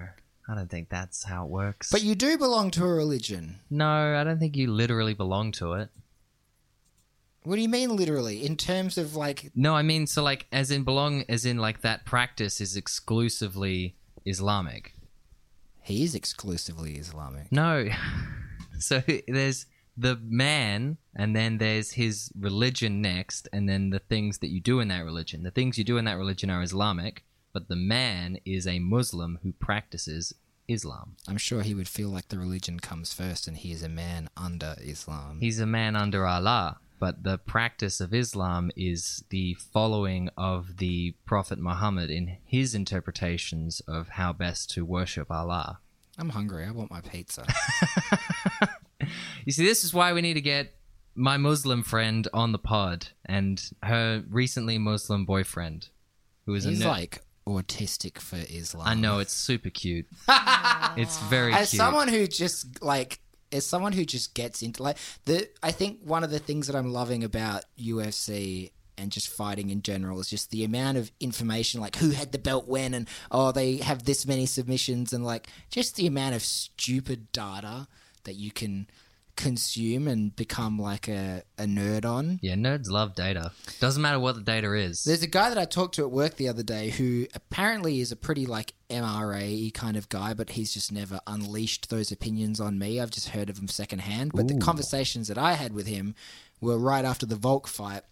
S2: I don't think that's how it works.
S1: But you do belong to a religion.
S2: no, I don't think you literally belong to it.
S1: What do you mean, literally? In terms of like.
S2: No, I mean, so like, as in belong, as in like that practice is exclusively Islamic.
S1: He is exclusively Islamic.
S2: No, so there's the man, and then there's his religion next, and then the things that you do in that religion. The things you do in that religion are Islamic, but the man is a Muslim who practices Islam.
S1: I'm sure he would feel like the religion comes first and he is a man under Islam.
S2: He's a man under Allah, but the practice of Islam is the following of the Prophet Muhammad in his interpretations of how best to worship Allah.
S1: I'm hungry. I want my pizza.
S2: You see, this is why we need to get my Muslim friend on the pod and her recently Muslim boyfriend, who is a
S1: He's
S2: ner-
S1: like autistic for Islam.
S2: I know it's super cute. it's very
S1: As
S2: cute.
S1: someone who just like as someone who just gets into like the I think one of the things that I'm loving about UFC and just fighting in general is just the amount of information like who had the belt when and oh they have this many submissions and like just the amount of stupid data that you can consume and become like a, a nerd on.
S2: yeah, nerds love data. Doesn't matter what the data is.
S1: There's a guy that I talked to at work the other day who apparently is a pretty like MRA kind of guy, but he's just never unleashed those opinions on me. I've just heard of him secondhand. But the conversations that I had with him were right after the Volk fight.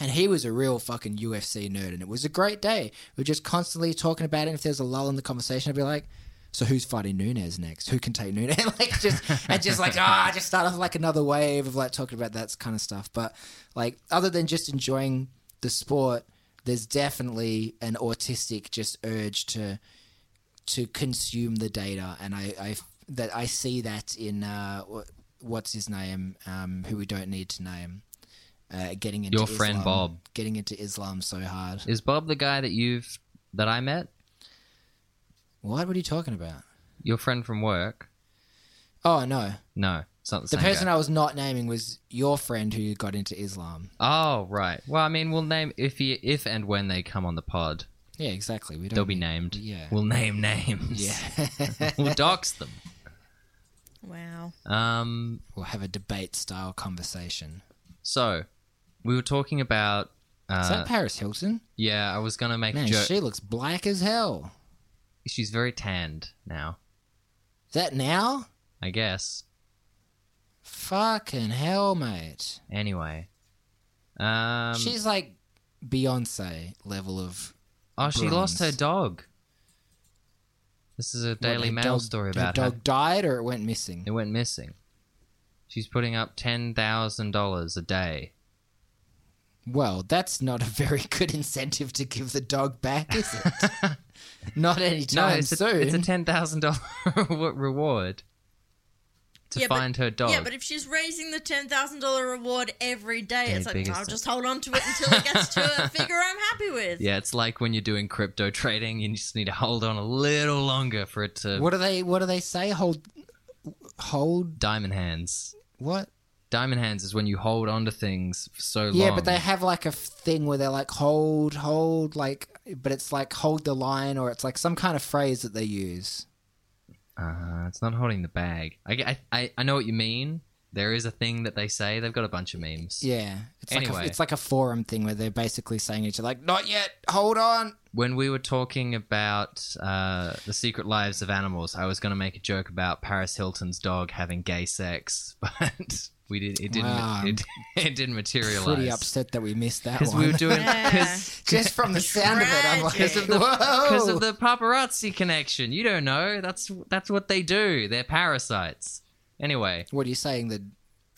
S1: And he was a real fucking UFC nerd, and it was a great day. We were just constantly talking about it. And if there's a lull in the conversation, I'd be like, "So who's fighting Nunez next? Who can take Nunez?" like just and just like ah, just start off like another wave of like talking about that kind of stuff. But like other than just enjoying the sport, there's definitely an autistic just urge to to consume the data, and I, I that I see that in uh, wh- what's his name, um, who we don't need to name, uh, getting into
S2: Your friend
S1: Islam-
S2: Bob.
S1: getting into Islam so hard.
S2: is Bob the guy that you've that I met?
S1: What? What are you talking about?
S2: Your friend from work?
S1: Oh no,
S2: No, it's not
S1: the
S2: the, same
S1: person
S2: guy.
S1: I was not naming was your friend who got into Islam.
S2: Oh right. Well, I mean, we'll name if he, if and when they come on the pod,
S1: Yeah, exactly. We don't.
S2: they'll be
S1: need-
S2: named.
S1: Mm. yeah.
S2: We'll name names.
S1: Yeah,
S2: we'll dox them.
S3: Wow.
S2: Um.
S1: we'll have a debate style conversation.
S2: So, we were talking about.
S1: Is
S2: Uh,
S1: that Paris Hilton?
S2: yeah, I was gonna make a
S1: Man,
S2: joke.
S1: she looks black as hell.
S2: She's very tanned now.
S1: Is that now?
S2: I guess.
S1: Fucking hell, mate.
S2: Anyway. Um.
S1: She's like Beyonce level of
S2: oh, she lost her
S1: bronze.
S2: dog. This is a Daily
S1: her
S2: Mail
S1: dog-
S2: story
S1: her
S2: about her.
S1: dog died or it went missing.
S2: It went missing. She's putting up ten thousand dollars a day
S1: Well, that's not a very good incentive to give the dog back, is it? not anytime
S2: it's a,
S1: soon.
S2: it's a ten thousand dollar reward to
S3: Yeah, but-
S2: find her dog.
S3: Yeah, but if she's raising the ten thousand dollar reward every day,
S2: Yeah,
S3: it's like
S2: big as
S3: I'll
S2: that.
S3: just hold on to it until it gets to a figure I'm happy with.
S2: Yeah, it's like when you're doing crypto trading, you just need to hold on a little longer for it to
S1: what do they? What do they say? Hold, hold
S2: diamond hands.
S1: what?
S2: Diamond hands is when you hold on to things for so long.
S1: Yeah, but they have like a f- thing where they're like hold, hold, like, but it's like hold the line, or it's like some kind of phrase that they use.
S2: Uh, it's not holding the bag. I, I, I, I know what you mean. There is a thing that they say. They've got a bunch of memes.
S1: Yeah, it's like
S2: Anyway.
S1: a, it's like a forum thing where they're basically saying to each other like, not yet, hold on.
S2: When we were talking about uh, the secret lives of animals, I was going to make a joke about Paris Hilton's dog having gay sex, but we did. It didn't.
S1: Wow.
S2: It, it didn't materialize.
S1: Pretty upset that we missed that
S2: because
S1: one.
S2: we were doing
S3: Yeah.
S2: because
S1: just from the sound of it, I'm like,
S3: Tragic. 'Cause of
S2: because
S1: whoa.
S2: of the paparazzi connection. You don't know. That's that's what they do. They're parasites. Anyway,
S1: what are you saying? That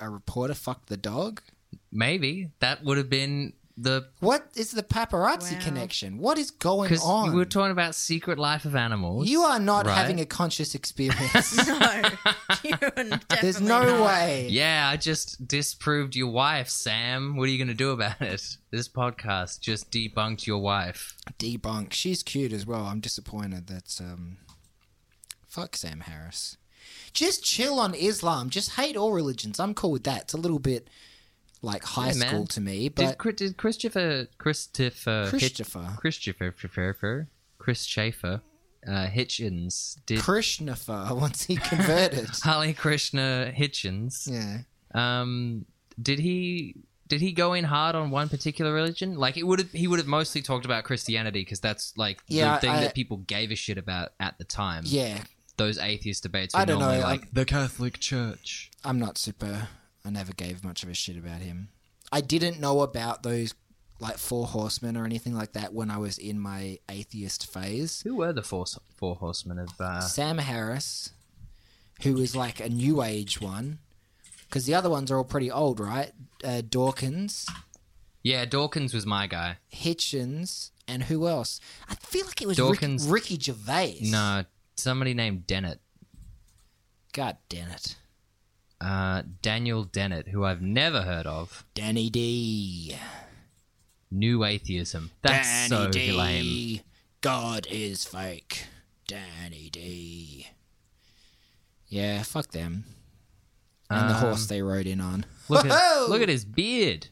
S1: a reporter fucked the dog?
S2: maybe that would have been the
S1: What is the paparazzi
S3: Wow.
S1: connection? What is going
S2: because
S1: on?
S2: we were talking about secret life of animals.
S1: you are not
S2: right?
S1: having a conscious experience.
S3: No, you are definitely
S1: There's no
S3: not.
S1: way.
S2: Yeah, I just disproved your wife, Sam. What are you going to do about it? This podcast just debunked your wife.
S1: Debunk. She's cute as well. I'm disappointed that. Um, fuck Sam Harris. Just chill on Islam. Just hate all religions. I'm cool with that. It's a little bit like high
S2: Yeah, man.
S1: school to me,
S2: Did,
S1: but
S2: Chri- did Christopher Christopher
S1: Christopher.
S2: Hitch, Christopher Christopher Chris Schaefer uh, Hitchens did
S1: Krishnafer once he converted.
S2: Hare Krishna Hitchens.
S1: yeah.
S2: Um, did he did he go in hard on one particular religion? Like it would have he would have mostly talked about Christianity because that's like
S1: Yeah,
S2: the thing
S1: I-
S2: that people gave a shit about at the time.
S1: Yeah.
S2: those atheist debates. Were
S1: I don't know.
S2: normally
S1: I'm-
S2: like the Catholic Church.
S1: I'm not super. I never gave much of a shit about him. I didn't know about those like four horsemen or anything like that when I was in my atheist phase.
S2: Who were the four four horsemen of? Uh,
S1: Sam Harris, who is like a new age one, because the other ones are all pretty old, right? Uh, Dawkins,
S2: yeah, Dawkins was my guy.
S1: Hitchens, and who else? I feel like it was Rick-
S2: Dawkins-
S1: Ricky Gervais.
S2: No, somebody named Dennett,
S1: God damn it.
S2: uh, Daniel Dennett, who I've never heard of.
S1: Danny D.
S2: New atheism.
S1: Danny
S2: That's so
S1: D.
S2: lame.
S1: God is fake. Danny D. Yeah, fuck them. And the horse they rode in on.
S2: Um, Look
S1: Whoa!
S2: at, look at his beard.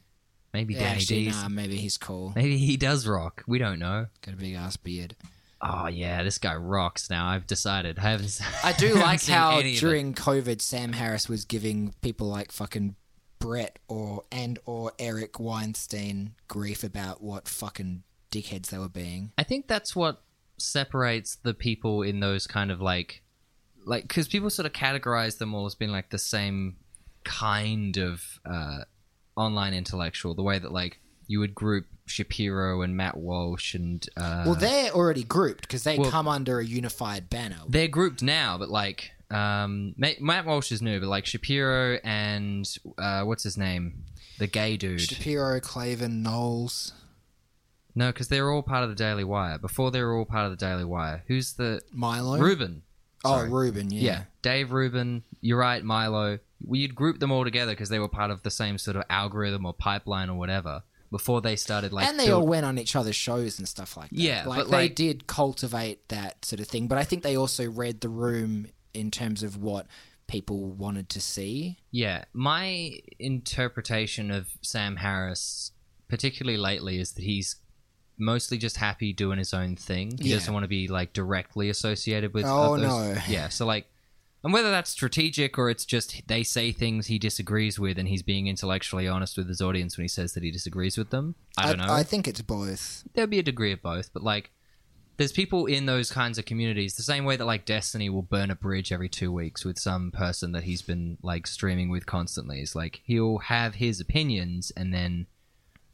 S2: Maybe
S1: Yeah,
S2: Danny
S1: actually,
S2: D's.
S1: nah, maybe he's cool.
S2: Maybe he does rock. We don't know.
S1: Got a big ass beard.
S2: Oh yeah, this guy rocks. Now I've decided. I haven't.
S1: I do
S2: haven't
S1: like
S2: seen
S1: how
S2: any of it.
S1: during COVID, Sam Harris was giving people like fucking Brett or and or Eric Weinstein grief about what fucking dickheads they were being.
S2: I think that's what separates the people in those kind of like, like because people sort of categorize them all as being like the same kind of uh, online intellectual. The way that like you would group Shapiro and Matt Walsh and uh,
S1: Well, they're already grouped because they
S2: well-
S1: come under a unified banner.
S2: they're grouped now, but like um, Ma- Matt Walsh is new, but like Shapiro and uh, what's his name, the gay dude.
S1: Shapiro, Clavin, Knowles.
S2: no, because they're all part of the Daily Wire. Before they were all part of the Daily Wire. Who's the
S1: Milo?
S2: Ruben?
S1: Oh,
S2: Sorry.
S1: Ruben, yeah.
S2: Yeah. Dave Rubin, you're right, Milo. We'd group them all together because they were part of the same sort of algorithm or pipeline or whatever before they started like.
S1: and they
S2: build-
S1: all went on each other's shows and stuff like that.
S2: Yeah,
S1: like
S2: but,
S1: they
S2: like-
S1: did cultivate that sort of thing. But I think they also read the room in terms of what people wanted to see.
S2: Yeah, my interpretation of Sam Harris, particularly lately, is that he's mostly just happy doing his own thing. He
S1: Yeah.
S2: doesn't want to be like directly associated with.
S1: Oh,
S2: others.
S1: no.
S2: Yeah, so like. And whether that's strategic or it's just they say things he disagrees with, and he's being intellectually honest with his audience when he says that he disagrees with them. I don't know.
S1: I think it's both.
S2: there'll be a degree of both, but like there's people in those kinds of communities the same way that like Destiny will burn a bridge every two weeks with some person that he's been like streaming with constantly. It's like he'll have his opinions and then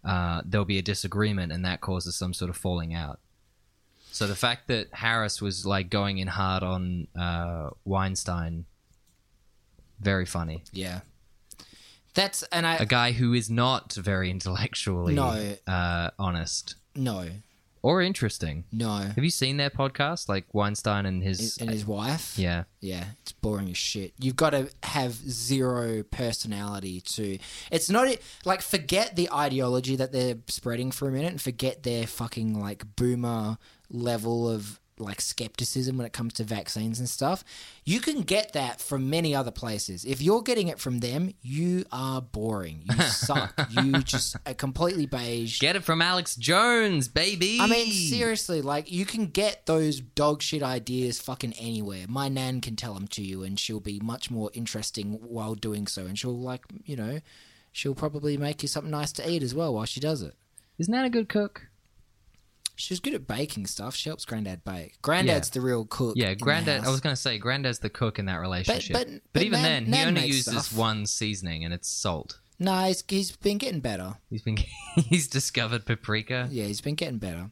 S2: uh, there'll be a disagreement and that causes some sort of falling out. So the fact that Harris was like going in hard on uh, Weinstein, very funny.
S1: Yeah. That's and I
S2: a guy who is not very intellectually
S1: No.
S2: uh, honest
S1: no
S2: or interesting.
S1: no
S2: Have you seen their podcast, like Weinstein and his?
S1: and his wife.
S2: yeah,
S1: Yeah, it's boring as shit. You've got to have zero personality to. It's not e, like forget the ideology that they're spreading for a minute and forget their fucking like boomer level of like skepticism when it comes to vaccines and stuff. You can get that from many other places. If you're getting it from them, you are boring. You suck. you just are completely beige.
S2: get it from Alex Jones, baby.
S1: I mean, seriously, like you can get those dog shit ideas fucking anywhere. My nan can tell them to you, and she'll be much more interesting while doing so. And she'll like, you know, she'll probably make you something nice to eat as well while she does it.
S2: Isn't that a good cook?
S1: She's good at baking stuff. She helps granddad bake. Granddad's the real cook.
S2: Yeah,
S1: in the
S2: granddad. I
S1: house.
S2: was going to say granddad's the cook in that relationship.
S1: but- but
S2: even
S1: Nan-
S2: then, he
S1: Nan
S2: only
S1: makes
S2: uses
S1: stuff.
S2: one seasoning, and it's salt.
S1: Nah, he's, he's been getting better.
S2: He's been he's discovered paprika.
S1: Yeah, he's been getting better.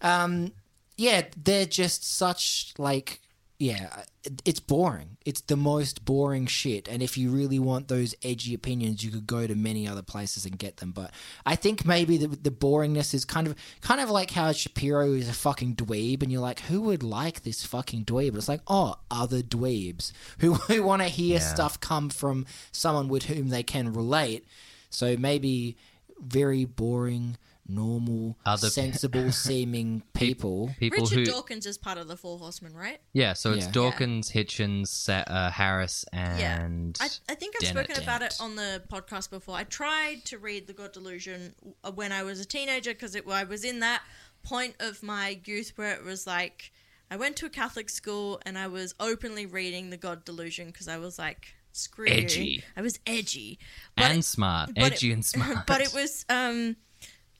S1: Um, yeah, they're just such like yeah, it- it's boring. It's the most boring shit. And if you really want those edgy opinions, you could go to many other places and get them. But I think maybe the, the boringness is kind of kind of like how Shapiro is a fucking dweeb, and you're like, who would like this fucking dweeb? It's like, oh, other dweebs who who want to hear
S2: Yeah.
S1: stuff come from someone with whom they can relate. So maybe very boring, normal,
S2: Other-
S1: sensible seeming people.
S2: People
S3: Richard
S2: who
S3: Dawkins is part of the Four Horsemen, right?
S2: yeah, so it's
S1: Yeah.
S2: Dawkins, Hitchens, Sa- uh, Harris, and
S3: I, I think I've
S2: Dennett.
S3: spoken about it on the podcast before. I tried to read The God Delusion w- when I was a teenager because I was in that point of my youth where it was like I went to a Catholic school and I was openly reading The God Delusion because I was like, screw you.
S2: Edgy.
S3: I was edgy. But-
S2: and smart,
S3: but
S2: edgy
S3: it-
S2: and smart.
S3: But it was um,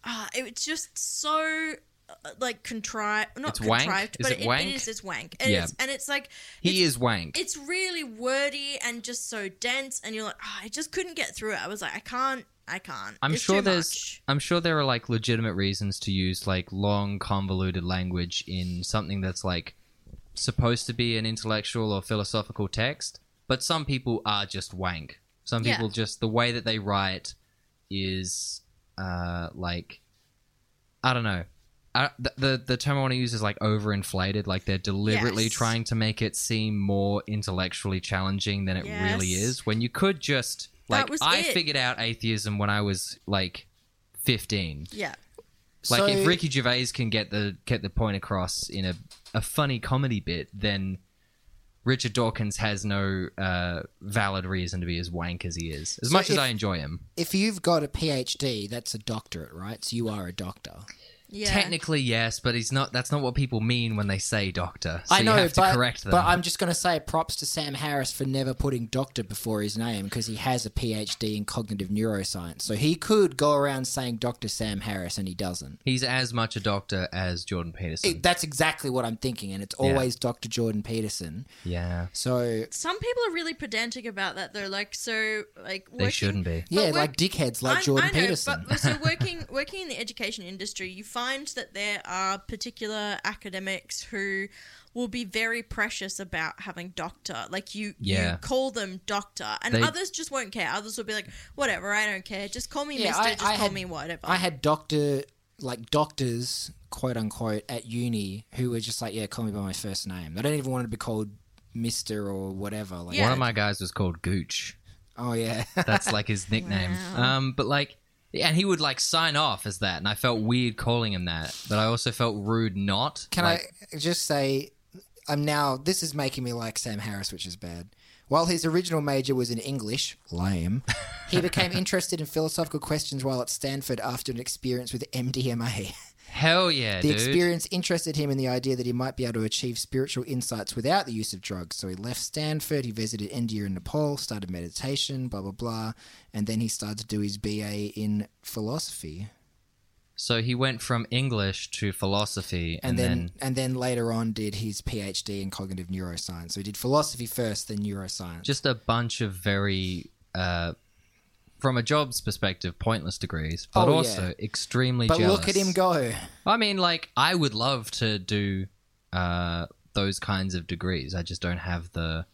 S3: ah, it was just so uh, like contrived, not
S2: It's wank?
S3: contrived,
S2: Is
S3: but
S2: it wank?
S3: it is it's wank, and
S2: Yeah.
S3: it's and it's like
S2: he
S3: it's,
S2: is wank.
S3: It's really wordy and just so dense, and you're like, ah, I just couldn't get through it. I was like, I can't, I can't.
S2: I'm
S3: It's
S2: sure
S3: too
S2: there's
S3: much.
S2: I'm sure there are like legitimate reasons to use like long convoluted language in something that's like supposed to be an intellectual or philosophical text, but some people are just wank. Some
S3: Yeah.
S2: people just the way that they write is uh like I don't know. I, the, the the term I want to use is like overinflated. Like they're deliberately
S3: Yes.
S2: trying to make it seem more intellectually challenging than it really
S3: Yes.
S2: is. When you could just
S3: That
S2: like
S3: was
S2: I
S3: it.
S2: figured out atheism when I was like fifteen.
S3: Yeah,
S2: Like
S1: So-
S2: if Ricky Gervais can get the get the point across in a, a funny comedy bit, then Richard Dawkins has no uh, valid reason to be as wank as he is. As
S1: So
S2: much as
S1: if-
S2: I enjoy him,
S1: if you've got a PhD, that's a doctorate, right? So you are a doctor.
S3: yeah.
S2: technically yes, but he's not. That's not what people mean when they say doctor. So
S1: I know,
S2: you have to
S1: but,
S2: correct them.
S1: but I'm just going to say props to Sam Harris for never putting doctor before his name because he has a PhD in cognitive neuroscience. So he could go around saying Dr. Sam Harris and he doesn't.
S2: he's as much a doctor as Jordan Peterson.
S1: It- that's exactly what I'm thinking, and it's always Dr. Jordan Peterson.
S2: yeah,
S1: So,
S3: Some people are really pedantic about that, though. Like, so like
S2: they
S3: working-
S2: shouldn't be.
S1: yeah,
S3: we're-
S1: like dickheads like
S3: I-
S1: Jordan
S3: I know,
S1: Peterson.
S3: But so working working in the education industry, you find that there are particular academics who will be very precious about having doctor. Like you,
S2: Yeah.
S3: you call them doctor, and
S2: They-
S3: others just won't care. Others will be like, whatever, I don't care. Just call me
S1: Yeah,
S3: Mister.
S1: I-
S3: just
S1: I
S3: call
S1: had-
S3: me whatever.
S1: I had doctor, like doctors, quote unquote, at uni who were just like, yeah, call me by my first name. They don't even want to be called Mister or whatever. Like,
S3: Yeah.
S2: One of my guys was called Gooch.
S1: oh yeah,
S2: That's like his nickname. Um, but like, and he would like sign off as that, and I felt weird calling him that, but I also felt rude not.
S1: Can I just say, I'm now, this is making me like Sam Harris, which is bad. While his original major was in English, lame, he became interested in philosophical questions while at Stanford after an experience with MDMA.
S2: Hell yeah,
S1: The
S2: dude.
S1: experience interested him in the idea that he might be able to achieve spiritual insights without the use of drugs. So he left Stanford, he visited India and Nepal, started meditation, blah, blah, blah, and then he started to do his BA in philosophy.
S2: so he went from English to philosophy, and,
S1: and
S2: then,
S1: then, and then later on did his PhD in cognitive neuroscience. So he did philosophy first, then neuroscience.
S2: just a bunch of very, uh, from a job's perspective, pointless degrees, but
S1: Oh, yeah.
S2: also extremely.
S1: but
S2: jealous.
S1: look at him go.
S2: I mean, like, I would love to do uh, those kinds of degrees. I just don't have the.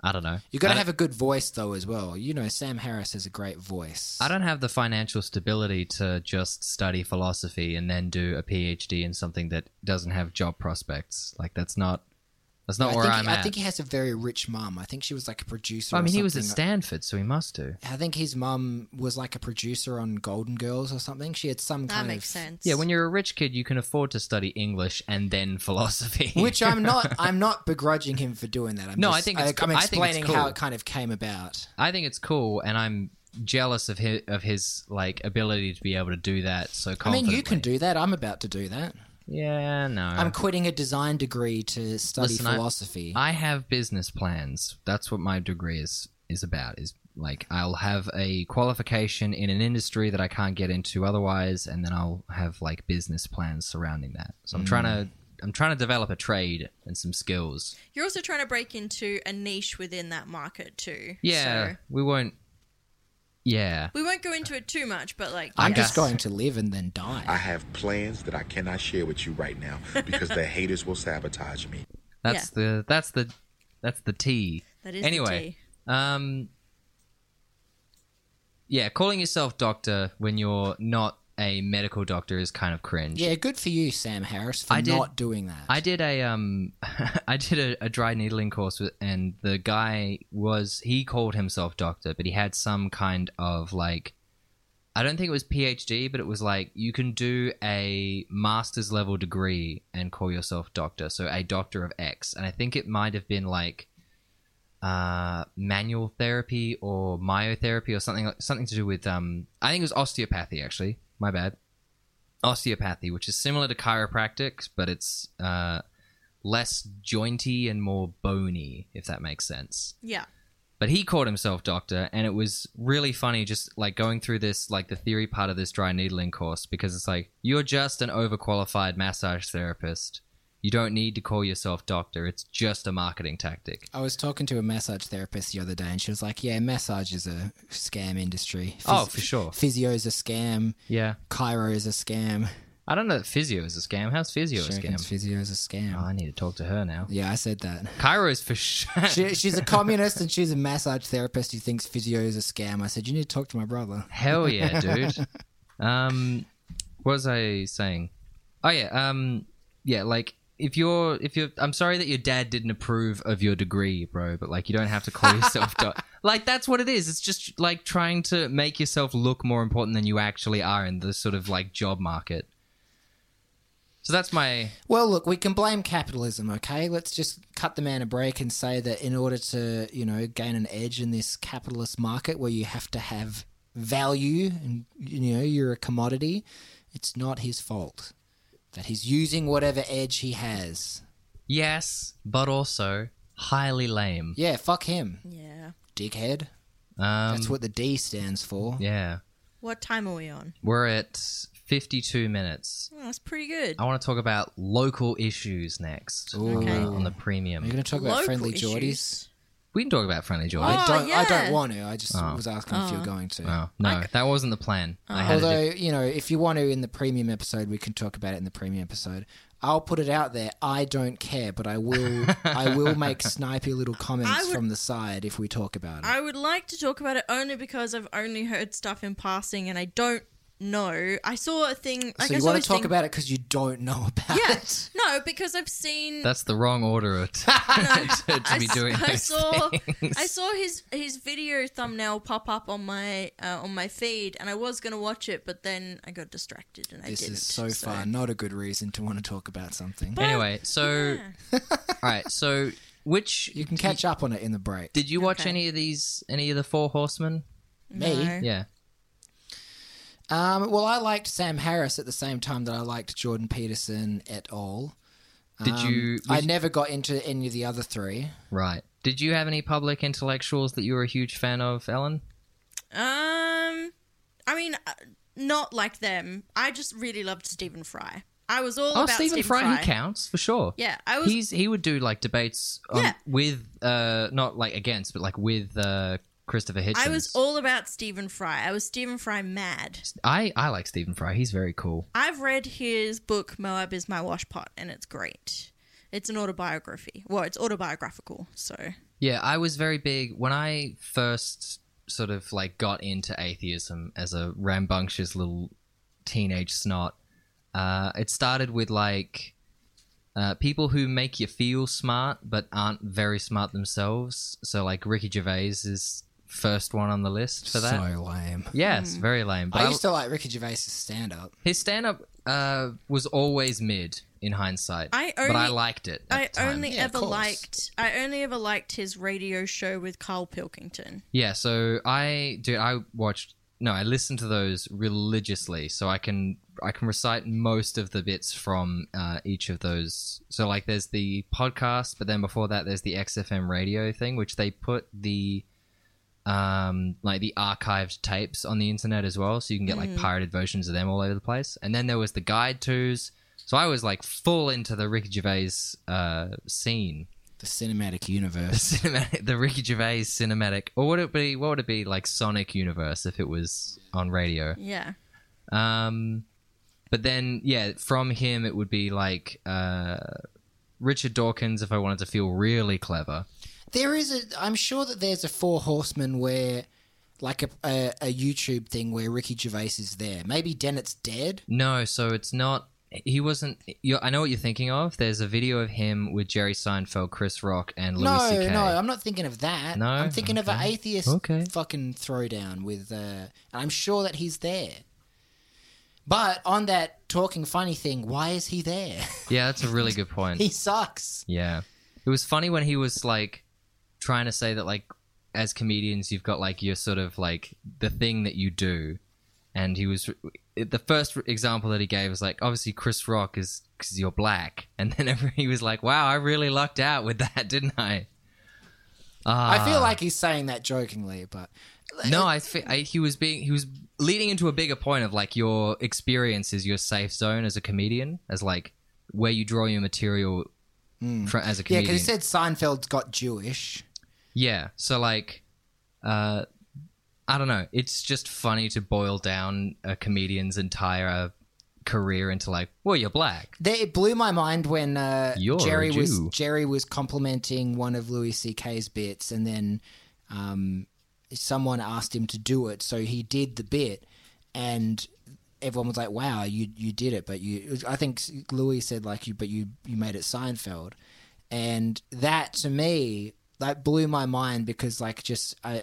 S2: I don't know.
S1: You got
S2: I
S1: to have a good voice though as well. You know, Sam Harris has a great voice.
S2: I don't have the financial stability to just study philosophy and then do a PhD in something that doesn't have job prospects. Like that's not that's not
S1: I
S2: where
S1: think,
S2: I'm
S1: I
S2: at.
S1: think he has a very rich mum. I think she was like a producer.
S2: I
S1: or
S2: mean, he was at
S1: something. uh,
S2: Stanford, so he must do.
S1: I think his mum was like a producer on Golden Girls or something. She had some
S3: That
S1: kind
S3: makes
S1: of
S3: sense.
S2: Yeah, when you're a rich kid, you can afford to study English and then philosophy.
S1: Which I'm not. I'm not begrudging him for doing that. I'm
S2: No,
S1: just-
S2: I think it's co-
S1: I'm
S2: I think it's
S1: explaining how
S2: cool.
S1: it kind of came about.
S2: I think it's cool, and I'm jealous of his of his like ability to be able to do that so
S1: I mean,
S2: confidently.
S1: you can do that. I'm about to do that.
S2: Yeah, no.
S1: I'm quitting a design degree to study
S2: Listen, I-
S1: philosophy.
S2: I have business plans. That's what my degree is is about. Is like I'll have a qualification in an industry that I can't get into otherwise, and then I'll have like business plans surrounding that. So I'm trying to I'm trying to develop a trade and some skills.
S3: You're also trying to break into a niche within that market too.
S2: Yeah,
S3: So
S2: we won't. Yeah,
S3: we won't go into it too much, but like
S1: I'm
S3: yeah.
S1: just going to live and then die.
S5: I have plans that I cannot share with you right now because the haters will sabotage me.
S2: that's the that's the that's the T.
S3: That is the
S2: anyway.
S3: tea.
S2: Um, yeah, calling yourself doctor when you're not a medical doctor is kind of cringe.
S1: yeah, good for you, Sam Harris, for
S2: I did-
S1: not doing that.
S2: I did a um, I did a, a dry needling course, with, and the guy was he called himself doctor, but he had some kind of like, I don't think it was PhD, but it was like you can do a master's level degree and call yourself doctor, so a doctor of X, and I think it might have been like, uh, manual therapy or myotherapy or something like- something to do with um, I think it was osteopathy actually. My bad osteopathy, which is similar to chiropractic, but it's uh, less jointy and more bony, if that makes sense.
S3: Yeah.
S2: But he called himself doctor, and it was really funny just like going through this, like the theory part of this dry needling course, because it's like, you're just an overqualified massage therapist. You don't need to call yourself doctor, it's just a marketing tactic.
S1: I was talking to a massage therapist the other day, and she was like, "Yeah, massage is a scam industry. Phys-
S2: Oh, for sure.
S1: Physio is a scam.
S2: Yeah.
S1: Chiro is a scam.
S2: I don't know that physio is a scam. How's physio a
S1: She reckons
S2: scam?
S1: Physio is a scam.
S2: Oh, I need to talk to her now.
S1: yeah, I said that.
S2: Chiro's for sure.
S1: She, she's a communist and she's a massage therapist who thinks physio is a scam. I said, you need to talk to my brother.
S2: Hell yeah, dude. um, what was I saying? Oh yeah, um, yeah. Like if you're, if you're, I'm sorry that your dad didn't approve of your degree, bro. But like, you don't have to call yourself. doc- like that's what it is. It's just like trying to make yourself look more important than you actually are in the sort of like job market. So that's my
S1: Well, look, we can blame capitalism, okay? Let's just cut the man a break and say that in order to, you know, gain an edge in this capitalist market where you have to have value and, you know, you're a commodity, it's not his fault that he's using whatever edge he has.
S2: yes, but also highly lame.
S1: Yeah, fuck him,
S3: Yeah.
S1: dickhead.
S2: Um,
S1: That's what the D stands for.
S2: yeah,
S3: What time are we on?
S2: we're at 52 minutes.
S3: Oh, that's pretty good.
S2: I want to talk about local issues next
S1: Okay.
S2: uh, on the
S1: Are you
S2: premium.
S1: going to talk about
S3: Local
S1: friendly
S3: issues.
S1: Geordies?
S2: We can talk about Friendly Jordan.
S1: I
S3: Oh,
S1: don't, I
S3: yeah.
S1: don't want to. I just was asking if you're going to.
S2: Oh, no, that wasn't the plan. I had a
S1: Although, you know, if you want to in the premium episode, we can talk about it in the premium episode. I'll put it out there. I don't care, but I will I will make snipey little
S3: I
S1: comments
S3: would-
S1: from the side if we talk about it.
S3: I would like to talk about it only because I've only heard stuff in passing and I don't know. I saw a thing. Like
S1: so
S3: I
S1: you
S3: saw
S1: want
S3: this
S1: to talk
S3: thing-
S1: about it because you don't know about
S3: Yeah.
S1: it.
S3: No, because I've seen.
S2: That's the wrong order of- to, to be
S3: s-
S2: doing
S3: I
S2: this.
S3: saw I saw his his video thumbnail pop up on my uh, on my feed, and I was gonna watch it, but then I got distracted and I
S1: This
S3: didn't.
S1: is so, far not a good reason to want to talk about something.
S2: Anyway, so all right, so which
S1: You can catch up on it in the break.
S2: did you watch
S3: Okay.
S2: any of these? Any of the Four Horsemen?
S1: Me?
S3: No.
S2: Yeah.
S1: Um, well, I liked Sam Harris at the same time that I liked Jordan Peterson et al.
S2: Did you?
S1: Um, I
S2: was-
S1: never got into any of the other three.
S2: right. Did you have any public intellectuals that you were a huge fan of, Ellen?
S3: Um, I mean, uh, not like them. I just really loved Stephen Fry. I was all
S2: Oh,
S3: about
S2: Stephen, Fry, he counts for sure.
S3: Yeah, I was-
S2: He's he would do like debates um,
S3: Yeah.
S2: with uh not like against, but like with uh Christopher Hitchens.
S3: I was all about Stephen Fry. I was Stephen Fry mad.
S2: I I like Stephen Fry. He's very cool.
S3: I've read his book Moab is my washpot and it's great. It's an autobiography. Well, it's autobiographical, so
S2: Yeah, I was very big when I first sort of like got into atheism as a rambunctious little teenage snot. Uh, it started with like uh, people who make you feel smart but aren't very smart themselves. So like Ricky Gervais is first one on the list for that.
S1: So lame.
S3: Hmm.
S2: Yes, very lame. But
S1: I
S2: I-
S1: used to like Ricky Gervais' stand up.
S2: his stand up uh, was always mid in hindsight,
S3: I
S2: but I
S3: only-
S2: liked it. At
S3: I
S2: the time.
S3: only
S1: Yeah, of
S3: ever
S1: course.
S3: liked I only ever liked his radio show with Carl Pilkington.
S2: Yeah, so I dude, I watched no, I listened to those religiously, so I can I can recite most of the bits from uh, each of those. So like, there's the podcast, but then before that, there's the XFM radio thing, which they put the um like the archived tapes on the internet as well, so you can get like pirated versions of them all over the place. And then there was the guide tos. So I was like full into the Ricky Gervais uh, scene
S1: The cinematic universe.
S2: cinematic, the Ricky Gervais cinematic, or would it be what would it be like Sonic Universe if it was on radio?
S3: Yeah.
S2: Um, but then yeah, from him it would be like uh, Richard Dawkins if I wanted to feel really clever.
S1: There is a. I'm sure that there's a Four Horsemen where, like a a, a YouTube thing where Ricky Gervais is there. Maybe Dennett's dead.
S2: No, so it's not. He wasn't. you I know what you're thinking of. There's a video of him with Jerry Seinfeld, Chris Rock, and Louis
S1: no,
S2: C.K.
S1: no, I'm not thinking of that.
S2: No?
S1: I'm thinking of an
S2: Okay.
S1: atheist
S2: Okay.
S1: fucking throwdown with. Uh, and I'm sure that he's there. But on that talking funny thing, why is he there?
S2: yeah, that's a really good point.
S1: he sucks.
S2: Yeah. It was funny when he was like trying to say that like as comedians you've got like your sort of like the thing that you do and he was it- the first example that he gave was like obviously Chris Rock is cuz you're black and then every, he was like wow I really lucked out with that didn't I
S1: I
S2: Uh,
S1: feel like he's saying that jokingly, but
S2: No I, fe- I he was being he was leading into a bigger point of like your experience is your safe zone as a comedian as like where you draw your material fro- as a
S1: yeah,
S2: comedian
S1: because he said Seinfeld's got Jewish.
S2: Yeah. So like, uh, I don't know. It's just funny to boil down a comedian's entire uh, career into like, well, you're black.
S1: There, it blew my mind when uh,
S2: You're a
S1: Jerry was
S2: Jew.
S1: Jerry was complimenting one of Louis C.K.'s bits, and then um, someone asked him to do it, so he did the bit, and everyone was like, "Wow, you you did it!" But you, it was- I think Louis said like you, but you you made it Seinfeld, and that to me that blew my mind because like just I. I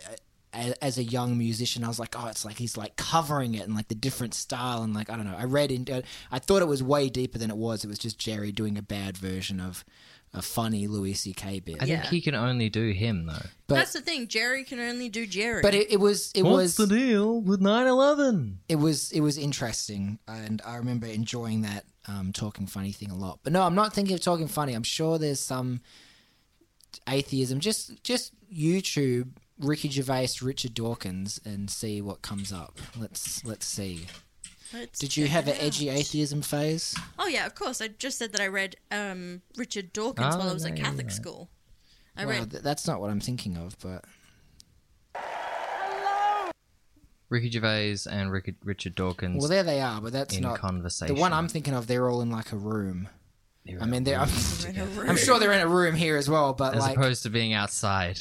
S1: a- as a young musician, I was like, "Oh, it's like he's like covering it and like the different style and like I don't know." I read into, I thought it was way deeper than it was. It was just Jerry doing a bad version of a funny Louis C.K. bit.
S2: I
S3: Yeah.
S2: think he can only do him though.
S1: But-
S3: That's the thing. Jerry can only do Jerry.
S1: But it, it was it was
S2: deal with 9/11?
S1: it was it was interesting, and I remember enjoying that um, talking funny thing a lot. But no, I'm not thinking of talking funny. I'm sure there's some atheism. Just just YouTube Ricky Gervais, Richard Dawkins, and see what comes up. Let's let's see.
S3: Let's
S1: Did you
S3: check
S1: have
S3: it
S1: an edgy
S3: out.
S1: atheism phase?
S3: Oh yeah, of course. I just said that I read um, Richard Dawkins
S2: Oh,
S3: while I was
S2: no,
S3: at
S2: you're
S3: Catholic
S2: right.
S3: school. I
S1: Wow,
S3: read
S1: th- that's not what I'm thinking of, but
S2: Ricky Gervais and Ricky, Richard Dawkins.
S1: well, there they are. But that's
S2: In
S1: not
S2: conversation.
S1: The one I'm thinking of, they're all in like a room. I mean, they're. I'm,
S3: Room.
S1: I'm sure they're in a room here as well, but
S2: as
S1: like
S2: opposed to being outside.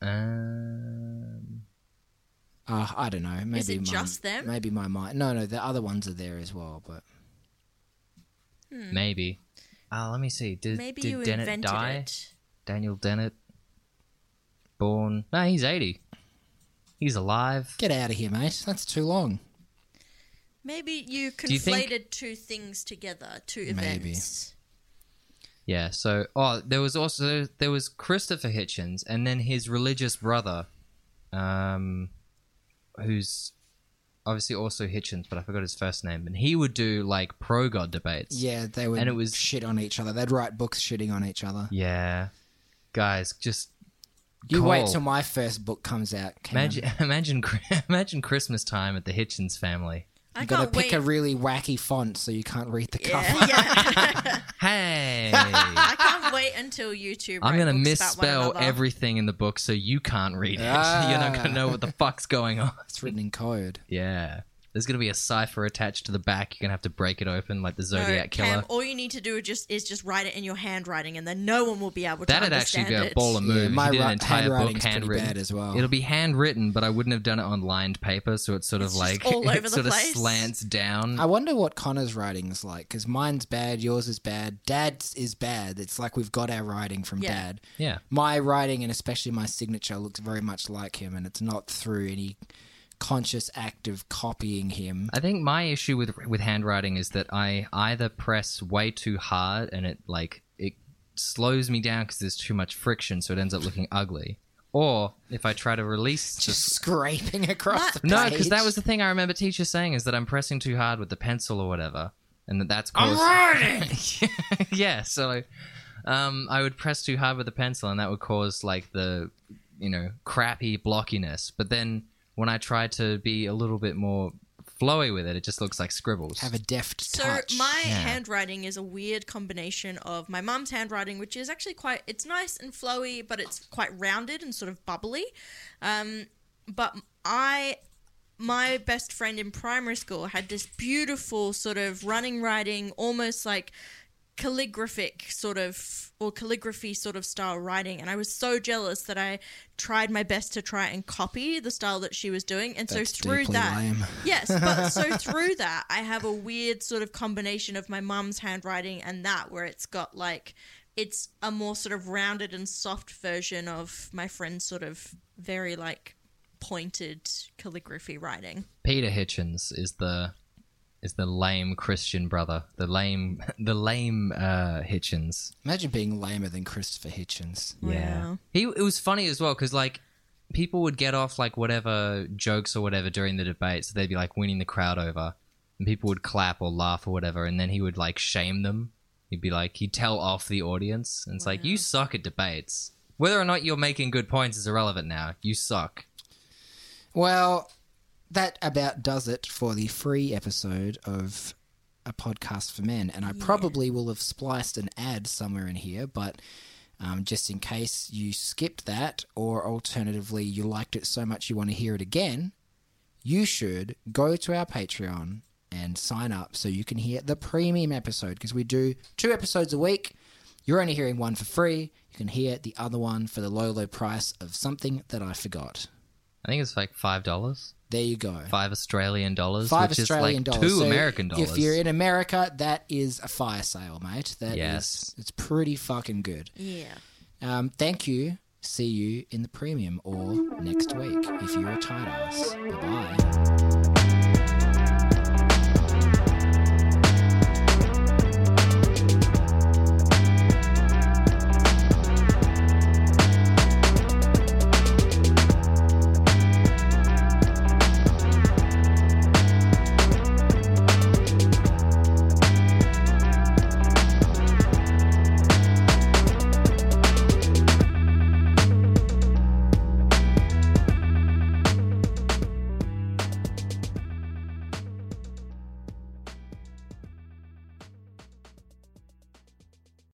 S2: Um,
S1: Uh, I don't know. Maybe
S3: it
S1: my,
S3: just them?
S1: Maybe my mind. No, no, the other ones are there as well. But
S2: maybe. Ah, let me see. Did,
S3: maybe
S2: did
S3: you
S2: Dennett
S3: invented
S2: die?
S3: it.
S2: Daniel Dennett, born. No, he's 80. He's alive.
S1: get out of here, mate. That's too long.
S3: Maybe you
S2: you think-
S3: conflated two things together, two events.
S2: Yeah, so. Oh, there was also. There was Christopher Hitchens and then his religious brother, um, who's obviously also Hitchens, but I forgot his first name. And he would do, like, pro God debates.
S1: Yeah, they would.
S2: And it was-
S1: shit on each other. They'd write books shitting on each other.
S2: Yeah. Guys, just.
S1: You wait
S2: Cool.
S1: till my first book comes out. Cam.
S2: Imagine, imagine, imagine Christmas time at the Hitchens family.
S3: I
S1: You gotta
S3: can't
S1: pick
S3: wait.
S1: a really wacky font so you can't read the cover.
S3: yeah, yeah.
S2: Hey,
S3: I can't wait until YouTube.
S2: I'm
S3: write
S2: gonna
S3: books about one
S2: misspell
S3: another.
S2: everything in the book
S3: Ah.
S2: so you can't read it. You're not gonna know what the fuck's going on.
S1: It's written in code.
S2: Yeah. There's gonna be a cipher attached to the back. You're gonna have to break it open like the
S3: No,
S2: Zodiac
S3: Cam,
S2: killer.
S3: all you need to do is just is just write it in your handwriting, and then no one will be able to
S2: That'd actually
S3: understand
S2: be a
S3: it.
S2: ball of
S1: Yeah,
S2: moves. If
S1: my
S2: you did an
S1: ri-
S2: entire book
S1: handwriting's pretty
S2: handwritten.
S1: bad as well.
S2: It'll be handwritten, but I wouldn't have done it on lined paper, so it's sort
S3: It's
S2: of like
S3: just all over
S2: it
S3: the
S2: sort
S3: place.
S2: of slants down.
S1: I wonder what Connor's writing is like because mine's bad, yours is bad, Dad's is bad. It's like we've got our writing from
S3: Yeah.
S1: Dad.
S2: yeah,
S1: My writing and especially my signature looks very much like him, and it's not through any conscious act of copying him.
S2: I think my issue with with handwriting is that I either press way too hard and it like it slows me down because there's too much friction, so it ends up looking ugly. Or if I try to release, the-
S1: Just scraping across the page.
S2: no, because that was the thing I remember teacher saying is that I'm pressing too hard with the pencil or whatever, and that that's caused. yeah, so um, I would press too hard with the pencil, and that would cause like the you know crappy blockiness. But then when I try to be a little bit more flowy with it, it just looks like scribbles.
S1: have a deft
S3: So
S1: touch.
S3: my handwriting is a weird combination of my mum's handwriting, which is actually quite it's nice and flowy, but it's quite rounded and sort of bubbly. Um, but I my best friend in primary school had this beautiful sort of running writing, almost like calligraphic sort of or calligraphy sort of style writing and i was so jealous that i tried my best to try and copy the style that she was doing and
S1: That's
S3: so through
S1: deeply
S3: that
S1: lame.
S3: yes but so through that i have a weird sort of combination of my mum's handwriting and that where it's got like it's a more sort of rounded and soft version of my friend's sort of very like pointed calligraphy writing
S2: Peter Hitchens is the is the lame Christian brother, the lame the lame uh, Hitchens.
S1: Imagine being lamer than Christopher Hitchens.
S3: Yeah.
S2: He it was funny as well because like people would get off like whatever jokes or whatever during the debate, so they'd be like winning the crowd over, and people would clap or laugh or whatever, and then he would like shame them. He'd be like he'd tell off the audience, and it's like you suck at debates. Whether or not you're making good points is irrelevant now. You suck.
S1: Well, that about does it for the free episode of a podcast for men, and I probably will have spliced an ad somewhere in here, but. Um, just in case you skipped that, or alternatively, you liked it so much you want to hear it again, you should go to our Patreon and sign up so you can hear the premium episode because we do two episodes a week. You're only hearing one for free. You can hear the other one for the low, low price of something that I forgot.
S2: I think it's like five dollars,
S1: There you go
S2: five Australian dollars,
S1: five
S2: which
S1: Australian
S2: is
S1: dollars.
S2: like two
S1: So
S2: American dollars.
S1: If you're in America, that is a fire sale, mate. That is
S2: Yes.
S1: it's pretty fucking good.
S3: yeah
S1: Um, thank you. See you in the premium or next week if you're a tight ass. Bye bye.